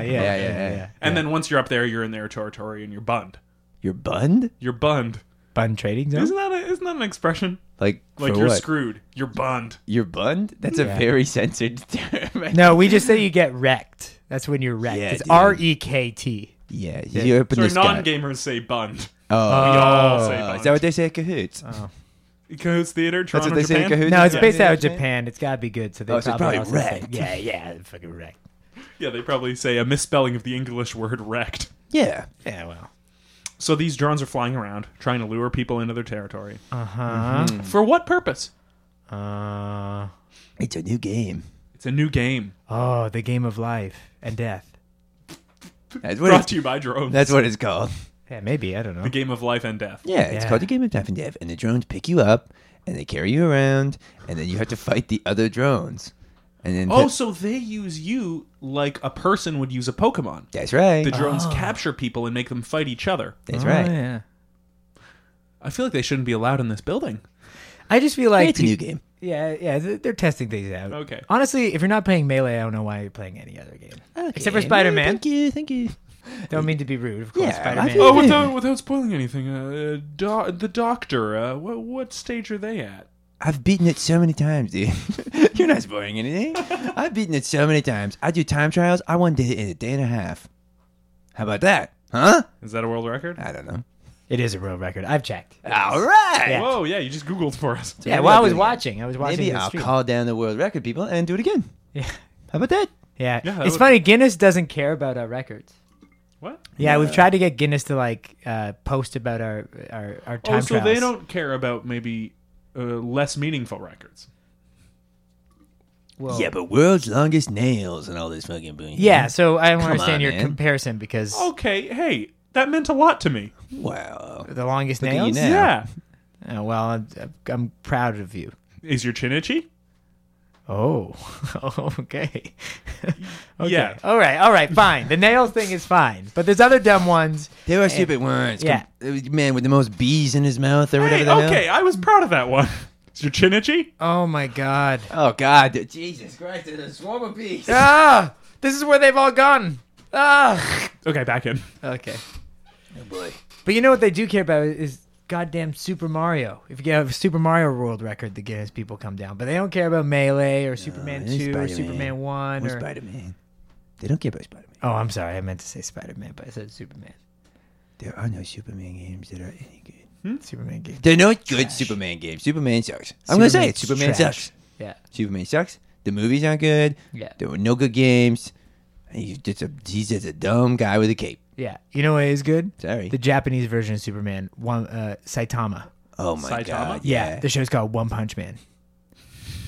A: Yeah,
C: yeah,
A: yeah,
C: yeah,
A: yeah,
C: yeah,
A: yeah.
C: yeah.
B: And then once you're up there, you're in their territory and you're bunned.
A: You're bunned?
B: You're bunned.
C: Bun trading zone.
B: Isn't that a, isn't that an expression?
A: Like,
B: Like
A: for
B: you're
A: what?
B: screwed. You're bunned.
A: You're bunned? That's
C: Yeah.
A: a very censored term.
C: No, we just say you get wrecked. That's when you're wrecked.
A: Yeah,
C: it's
A: dude.
C: R E K T.
A: Yeah, you open
B: So
A: this guy.
B: non-gamers say bunned.
A: Oh,
B: We all
C: Oh.
B: say
A: Uh,
B: bunned.
A: is that what they say at Cahoots?
B: Cahoots Theater,
A: That's
B: Toronto,
A: what they say
B: Japan?
A: at Cahoots?
C: No, it's
A: Yeah.
C: based out of Japan. It's gotta be good. So they
A: Oh, so it's
C: probably,
A: probably
C: also say-
A: wrecked.
C: yeah, yeah, fucking wrecked.
B: Yeah, they probably say a misspelling of the English word wrecked.
A: Yeah.
C: Yeah, well,
B: So these drones are flying around, trying to lure people into their territory.
C: uh huh.
B: For what purpose?
A: Mm-hmm.
C: Uh,
A: It's a new game.
B: It's a new game
C: oh, the game of life and death.
A: That's what,
B: brought
A: it's,
B: to you by drones.
A: that's what it's called.
C: Yeah, maybe I don't know.
B: the game of life and death.
A: Yeah, it's
C: Yeah.
A: called the game of Death and Dev, and the drones pick you up and they carry you around, and then you have to fight the other drones. And then
B: Oh, so they use you like a person would use a Pokemon.
A: that's right.
B: The drones capture people and make them fight each other.
A: that's
C: Oh,
A: right.
C: Yeah.
B: I feel like they shouldn't be allowed in this building.
C: I just feel like
A: it's a new game.
C: Yeah, yeah, th- they're testing things out.
B: Okay.
C: Honestly, if you're not playing Melee, I don't know why you're playing any other game. Except for
A: Okay.
C: Spider Man.
A: Thank you. Thank you.
C: Don't mean to be rude, of course.
A: Yeah,
C: Spider Man.
A: I feel-
B: Oh, without without spoiling anything, uh, uh, do- the doctor. Uh, what what stage are they at?
A: I've beaten it so many times, dude. You're not spoiling anything. I've beaten it so many times. I do time trials. I one did it in a day and a half. How about that? Huh?
B: Is that a world record?
A: I don't know.
C: It is a world record. I've checked.
A: All right.
C: Yeah.
B: Whoa, yeah, you just googled for us.
C: Yeah,
A: maybe
C: well, I
A: I'll
C: was
A: do it.
C: watching. I was watching.
A: Maybe
C: the
A: I'll
C: stream.
A: call down the world record people and do it again.
C: Yeah.
A: How about that?
C: Yeah,
B: Yeah, that
C: it's
B: would-
C: funny. Guinness doesn't care about our records.
B: What?
C: Yeah, we've tried to get Guinness to like uh, post about our our, our time
B: oh, so
C: trials.
B: they don't care about maybe uh, less meaningful records.
C: Well, Oh.
A: Yeah, but world's longest nails and all this fucking bullshit.
C: yeah. So I don't understand
A: on,
C: your
A: man.
C: comparison because
B: Okay, hey, that meant a lot to me.
A: Wow.
C: the longest
A: at you
C: nails.
A: now.
B: Yeah.
C: Oh, well, I'm, I'm proud of you.
B: Is your chin itchy?
C: Oh, okay. okay.
B: Yeah.
C: All right. All right. Fine. The nails thing is fine, but there's other dumb ones.
A: There are stupid ones.
C: yeah.
A: Com- man with the most bees in his mouth or whatever
B: Hey,
A: the hell.
B: okay, I was proud of that one. Is your chin itchy?
C: Oh my god.
A: Oh, God. dude. Jesus Christ. There's a swarm of bees.
C: Ah, this is where they've all gone. Ah.
B: Okay, back in.
C: Okay.
A: Oh, boy.
C: But you know what they do care about is goddamn Super Mario. If you have a Super Mario world record, the Guinness people come down, but they don't care about Melee or Superman
A: it
C: Two
A: is
C: or
A: Spider-Man.
C: Superman One
A: Or
C: or.
A: Spider Man. They don't care about Spider Man.
C: oh, I'm sorry. I meant to say Spider Man, but I said Superman.
A: There are no Superman games that are any good.
C: Superman game.
A: There are no good Superman games. Superman sucks. I'm going to say it. Superman
C: Superman's trash.
A: sucks.
C: Yeah.
A: Superman sucks. The movies aren't good.
C: Yeah.
A: There were no good games. He's just a, he's just a dumb guy with a cape.
C: Yeah. You know what is good?
A: Sorry.
C: The Japanese version of Superman, one uh, Saitama.
A: oh my
B: Saitama?
A: god.
C: Yeah.
A: Yeah.
C: The show's called One Punch Man,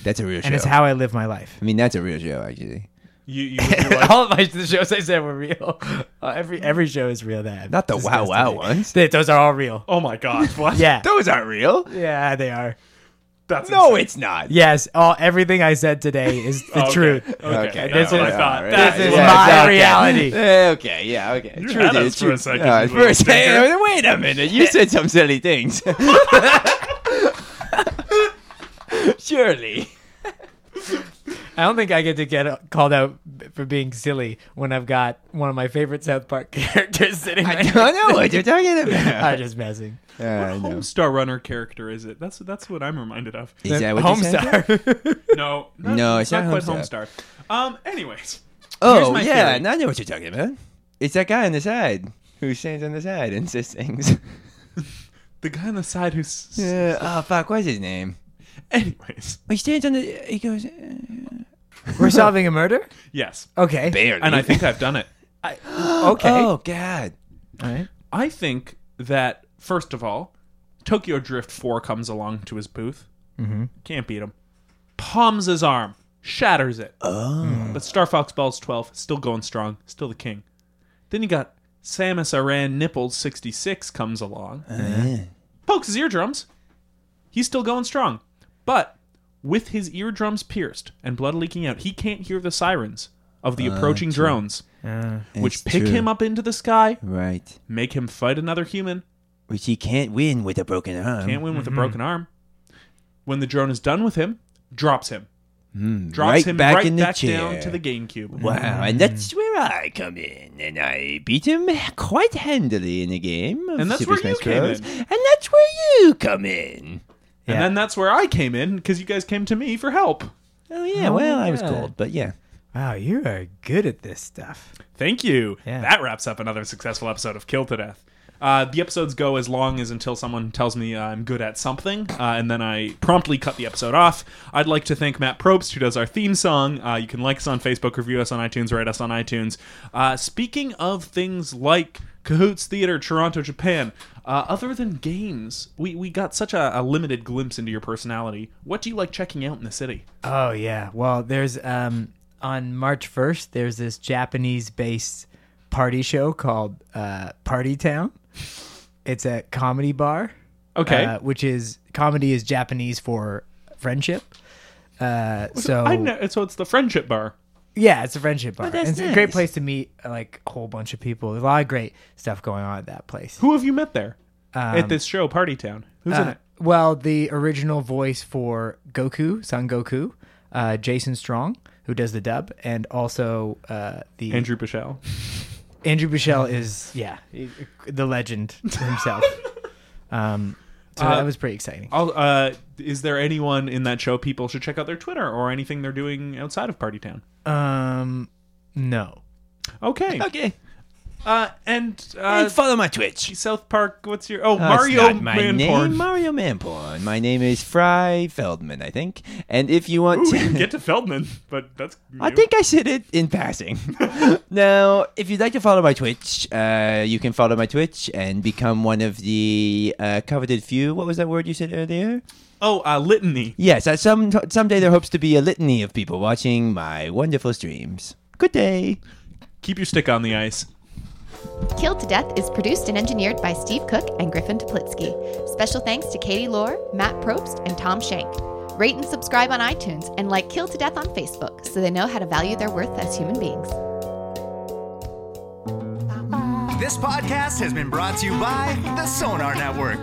A: That's a real show.
C: and it's how I live my life.
A: I mean, that's a real show actually.
B: You, you live your life.
C: All of my, the shows I said were real. Uh, every every show is real. That I've
A: Not the wow
C: discussed
A: wow
C: today.
A: ones.
C: Th- Those are all real.
B: Oh my god, what?
C: Yeah.
A: Those aren't real.
C: Yeah, they are.
B: That's
A: No,
B: insane.
A: it's not.
C: Yes, all everything I said today is the
B: Okay,
C: truth.
B: Okay,
A: Okay,
B: that's
C: this
B: what I
C: is-
B: thought.
A: alright.
B: That's
C: This is
B: what I
C: my
B: thought.
A: exactly.
C: reality.
A: Eh, okay, yeah, okay.
B: You had us for a second,
A: Uh,
B: you
A: for a
B: little
A: second.
B: stinker.
A: Wait a minute. You said some silly things. Surely.
C: I don't think I get to get called out for being silly when I've got one of my favorite South Park characters sitting.
A: I
C: right
A: don't know what you're talking
C: I'm
A: about.
C: just messing.
A: Uh, no.
B: Homestar Runner character is it? That's that's what I'm reminded of.
A: Is that what you said?
C: Homestar.
B: No,
A: No, it's
B: not,
A: not
B: quite
A: Homestar.
B: Homestar. Um, anyways, Here's
A: Oh
B: my
A: yeah,
B: theory.
A: now I know what you're talking about. It's that guy on the side who stands on the side and says things.
B: the guy on the side who's
A: yeah. Oh fuck, what's his name?
B: anyways,
A: He stands on the. He goes. Uh,
C: We're solving a murder.
B: yes,
C: Okay.
A: barely.
B: and I think I've done it.
C: okay.
A: Oh god.
C: All right.
B: I think that first of all, Tokyo Drift Four comes along to his booth, mm-hmm. can't beat him, palms his arm, shatters it.
A: Oh.
B: But Star Fox Balls 12, still going strong, still the king. Then you got Samus Aran Nipples 66 comes along,
A: Yeah.
B: pokes his eardrums. He's still going strong. But with his eardrums pierced and blood leaking out, he can't hear the sirens of the approaching drones, which
A: Ah, It's
B: pick
A: true.
B: him up into the sky,
A: Right.
B: make him fight another human,
A: Which he can't win with a broken arm.
B: can't win with a broken arm. When the drone is done with him, drops him. drops
A: Hmm, right
B: him
A: back
B: right
A: in the
B: back down
A: chair.
B: to the GameCube.
A: Wow, and that's where I come in, and I beat him quite handily in the game. Of
B: And that's
A: Super
B: where you
A: Smash
B: came
A: Bros.
B: in.
A: and that's where you come in.
B: And
C: Yeah.
B: then that's where I came in because you guys came to me for help.
A: Oh yeah,
C: Oh,
A: well I was
C: yeah.
A: cold, but yeah.
C: Wow, you are good at this stuff.
B: Thank you.
C: Yeah.
B: That wraps up another successful episode of Kill to Death. Uh, the episodes go as long as until someone tells me uh, I'm good at something, uh, and then I promptly cut the episode off. I'd like to thank Matt Probst, who does our theme song. Uh, you can like us on Facebook, review us on iTunes, rate us on iTunes. Uh, speaking of things like Cahoots Theater, Toronto, Japan, uh, other than games, we, we got such a, a limited glimpse into your personality. What do you like checking out in the city?
C: Oh yeah. Well, there's um on March 1st there's this Japanese-based party show called uh Party Town. It's a comedy bar.
B: Okay.
C: uh, which is comedy is Japanese for friendship. Uh so
B: I know, so it's the friendship bar.
C: yeah, it's a friendship bar.
A: that's
C: it's a
A: nice.
C: great place to meet uh, like a whole bunch of people. There's a lot of great stuff going on at that place.
B: Who have you met there
A: Um,
B: at this show, Party Town? Who's in
C: Uh,
B: it?
C: Well, the original voice for Goku, Son Goku, uh, Jason Strong, who does the dub, and also uh, the
B: Andrew Bichelle.
C: Andrew Bichelle is yeah the legend himself. um, so
B: Uh,
C: that was pretty exciting.
B: I'll, uh, is there anyone in that show people should check out their Twitter or anything they're doing outside of Party Town?
C: Um, no.
B: Okay.
A: Okay.
B: Uh, and uh,
A: and follow my Twitch.
B: South Park, what's your. Oh,
A: Oh, it's
B: Mario
A: not my
B: Man
A: name,
B: Porn.
A: Mario Man Porn. My name is Fry Feldman, I think. And if you want
B: Ooh, we
A: to
B: didn't get to Feldman, but that's.
A: I
B: new.
A: think I said it in passing. now, if you'd like to follow my Twitch, uh, you can follow my Twitch and become one of the uh, coveted few. What was that word you said earlier?
B: Oh, uh, Litany.
A: Yes, uh, some someday there hopes to be a litany of people watching my wonderful streams. Good day.
B: Keep your stick on the ice.
D: Killed to Death is produced and engineered by Steve Cook and Griffin Toplitsky. Special thanks to Katie Lohr, Matt Probst, and Tom Shank. Rate and subscribe on iTunes and like Killed to Death on Facebook so they know how to value their worth as human beings.
E: This podcast has been brought to you by the Sonar Network.